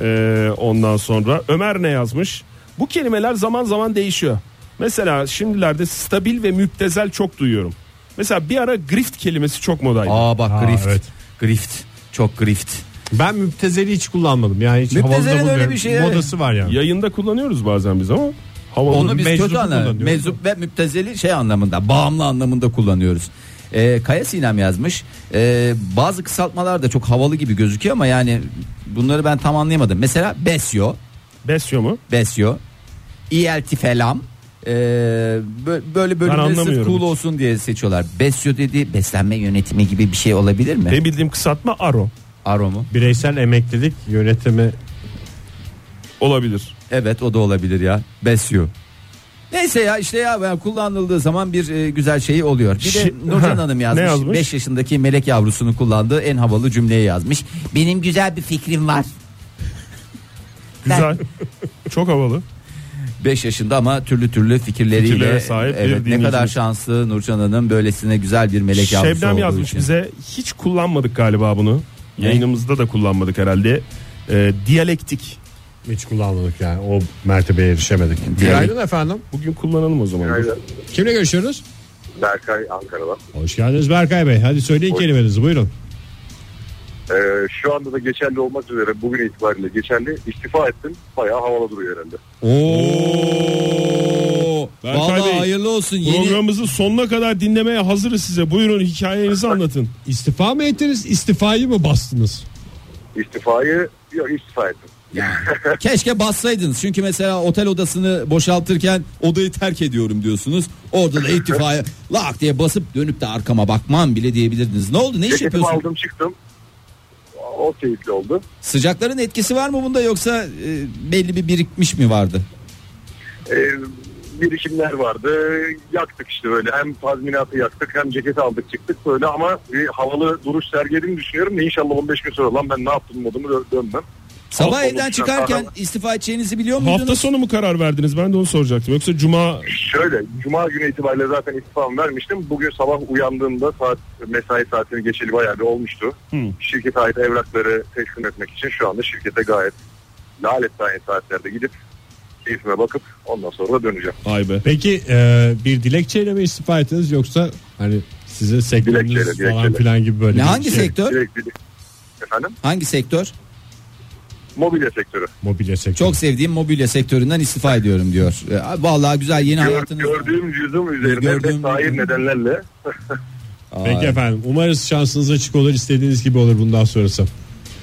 C: Ee, ondan sonra Ömer ne yazmış? Bu kelimeler zaman zaman değişiyor. Mesela şimdilerde stabil ve müptezel çok duyuyorum. Mesela bir ara grift kelimesi çok modaydı.
D: Aa bak
B: Aa,
D: grift.
B: evet.
D: Grift. Çok grift.
B: Ben müptezeli hiç kullanmadım. Yani hiç
D: Müptezelin
B: havamda
D: öyle
B: bulmuyorum.
D: bir şey,
B: Modası var yani.
C: Yayında kullanıyoruz bazen biz ama havalı.
D: Onu biz
B: meczubu
D: kötü anlamda.
B: kullanıyoruz.
D: Meczup ve müptezeli şey anlamında, bağımlı anlamında kullanıyoruz. Ee, Kaya Sinem yazmış. Ee, bazı kısaltmalar da çok havalı gibi gözüküyor ama yani bunları ben tam anlayamadım. Mesela Besyo,
C: Besyo mu?
D: Besyo, ELT E felam. Ee, bö- böyle bölümleri sırf
C: anlamıyorum
D: cool
C: hiç.
D: olsun diye seçiyorlar. Besyo dedi beslenme yönetimi gibi bir şey olabilir mi?
C: Benim bildiğim kısaltma aro
D: Aro mu?
B: Bireysel emeklilik yönetimi
C: olabilir.
D: Evet o da olabilir ya. Besyo. Neyse ya işte ya ben kullanıldığı zaman bir e, güzel şeyi oluyor. Bir de
C: Şi-
D: Nurcan
C: Ha,
D: Hanım
C: ne
D: yazmış.
C: yazmış?
D: 5 yaşındaki melek yavrusunu kullandığı en havalı cümleyi yazmış. Benim güzel bir fikrim var.
C: Güzel. çok havalı.
D: 5 yaşında ama türlü türlü fikirleriyle
C: Fikirlere sahip bir
D: evet, ne
C: dinleyicimiz.
D: kadar şanslı Nurcan Hanım böylesine güzel bir melek yavrusu
C: Şebnem
D: olduğu
C: yazmış
D: için.
C: bize hiç kullanmadık galiba bunu.
D: Ne?
C: Yayınımızda da kullanmadık herhalde. Ee, diyalektik.
B: hiç kullanmadık yani. O mertebeye erişemedik. Günaydın efendim.
C: Bugün kullanalım o zaman.
E: Günaydın.
B: Kimle görüşüyoruz?
E: Berkay Ankara'dan.
B: Hoş geldiniz Berkay Bey. Hadi söyleyin kelimenizi buyurun.
E: Ee, şu anda da geçerli olmak üzere bugün itibariyle geçerli. İstifa ettim. Bayağı havalı duruyor herhalde.
D: Oo!
C: Berkay
D: Vallahi
C: Bey,
D: hayırlı olsun. Yeni
C: Programımızı sonuna kadar dinlemeye hazırız size. Buyurun hikayenizi anlatın.
B: İstifa mı ettiniz? İstifayı mı bastınız?
E: İstifayı yok istifa ettim.
D: Keşke bassaydınız. Çünkü mesela otel odasını boşaltırken odayı terk ediyorum diyorsunuz. Orada da ittifaya lak diye basıp dönüp de arkama bakmam bile diyebilirdiniz. Ne oldu? Ne iş
E: Ceketimi
D: yapıyorsun?
E: aldım çıktım. O keyifli oldu.
D: Sıcakların etkisi var mı bunda yoksa e, belli bir birikmiş mi vardı?
E: Ee, birikimler vardı. Yaktık işte böyle. Hem tazminatı yaktık hem ceketi aldık çıktık böyle ama bir havalı duruş sergilediğimi düşünüyorum. De inşallah 15 gün sonra lan ben ne yaptım modumu dö- dönmem.
D: Sabah
E: Hafta
D: evden
E: sonu
D: çıkarken
E: çıkan-
D: istifa edeceğinizi biliyor
C: Hafta
D: muydunuz?
C: sonu mu karar verdiniz? Ben de onu soracaktım. Yoksa cuma
E: Şöyle cuma günü itibariyle zaten istifamı vermiştim. Bugün sabah uyandığımda saat mesai saatini geçeli bayağı bir olmuştu. Şirkete ait evrakları teslim etmek için şu anda şirkete gayet lanet saatlerde gidip keyfime bakıp ondan sonra da döneceğim.
C: ay be.
B: Peki e, bir dilekçeyle mi istifa ettiniz yoksa hani size sektörünüz
E: Dilekçeyle,
B: falan
E: dilekçeyle.
B: filan gibi böyle
D: Ne
B: bir
D: hangi
B: şey?
D: sektör?
E: Direkt bir- Efendim?
D: Hangi sektör?
E: Mobilya sektörü.
B: Mobilya sektörü.
D: Çok sevdiğim mobilya sektöründen istifa ediyorum diyor. E, Vallahi güzel yeni
E: Gör-
D: hayatınız.
E: gördüğüm cüzüm üzerine
D: Gördüğüm
E: ve sahip
D: cüzüm.
E: nedenlerle
B: Peki efendim. Umarız şansınız açık olur. istediğiniz gibi olur bundan sonrası.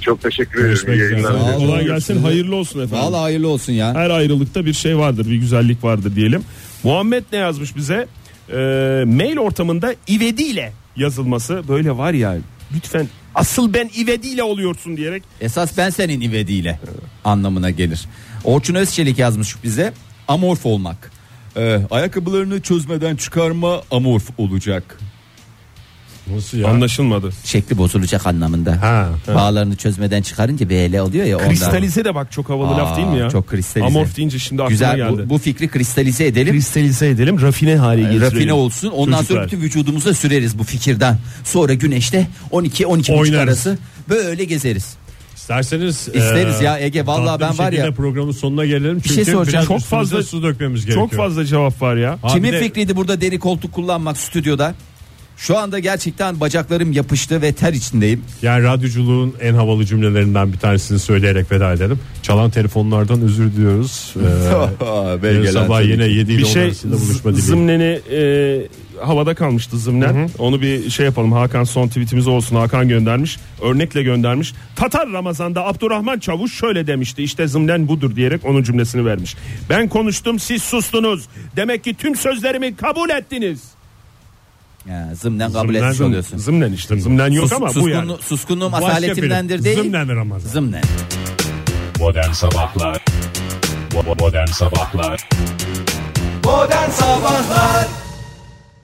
E: çok teşekkür
B: Görüşmek
E: ederim. İyi
B: üzere.
E: yayınlar
B: Sağ
E: diliyorum.
D: olun.
C: Kolay gelsin. Hayırlı olsun efendim.
D: Vallahi hayırlı olsun ya.
C: Her ayrılıkta bir şey vardır. Bir güzellik vardır diyelim. Muhammed ne yazmış bize? Ee, mail ortamında ivediyle yazılması böyle var ya lütfen asıl ben ivediyle oluyorsun diyerek
D: Esas ben senin ivediyle anlamına gelir. Orçun Özçelik yazmış bize amorf olmak. Ee, ayakkabılarını çözmeden çıkarma amorf olacak.
B: Nasıl ya?
C: Anlaşılmadı.
D: Şekli bozulacak anlamında.
B: Ha, ha.
D: Bağlarını çözmeden çıkarınca BL oluyor ya. ondan.
C: Kristalize de bak çok havalı
D: Aa,
C: laf değil mi ya?
D: çok kristalize.
C: Amorf deyince şimdi aklıma
D: Güzel
C: geldi.
D: bu, bu fikri kristalize edelim. Ee,
B: Kristalize edelim rafine hale getirelim.
D: Rafine olsun. Ondan sonra
B: Çocuklar.
D: bütün vücudumuza süreriz bu fikirden. Sonra güneşte 12 12
B: Oynarız.
D: arası böyle gezeriz.
B: İsterseniz e,
D: İsteriz ya Ege, vallahi
B: tatlı
D: ben
B: bir
D: var ya-
B: şekilde programın sonuna gelelim. Çünkü
D: şey soracağım.
B: biraz
C: Çok
B: üstümüze
C: fazla-
B: su dökmemiz gerekiyor.
C: Çok fazla cevap var ya.
B: Ha,
D: Kimin
B: bir de-
D: fikriydi burada deri koltuk kullanmak stüdyoda? Şu anda gerçekten bacaklarım yapıştı ve ter içindeyim.
B: Yani radyoculuğun en havalı cümlelerinden bir tanesini söyleyerek veda edelim. Çalan telefonlardan özür diliyoruz. Ee, yarın sabah yine 7 ile
C: Bir
B: 10
C: şey
B: arasında buluşma
C: z-
B: dileğiyle.
C: zımneni e, havada kalmıştı zımnen. Onu bir şey yapalım. Hakan son tweetimiz olsun. Hakan göndermiş. Örnekle göndermiş. Tatar Ramazan'da Abdurrahman Çavuş şöyle demişti. İşte zımnen budur diyerek onun cümlesini vermiş. Ben konuştum siz sustunuz. Demek ki tüm sözlerimi kabul ettiniz.
D: Ya, zımnen kabul etmiş
C: Zımnen-
D: oluyorsun.
C: Zımnen işte. Zımnen yok
D: Sus-
C: ama bu
D: suskunlu-
C: yani.
D: Suskunluğum
B: Başka
D: asaletimdendir
B: biri.
D: değil.
B: Zımnen Ramazan.
D: Zımnen.
I: Modern Sabahlar Bo- Modern Sabahlar
A: Modern Sabahlar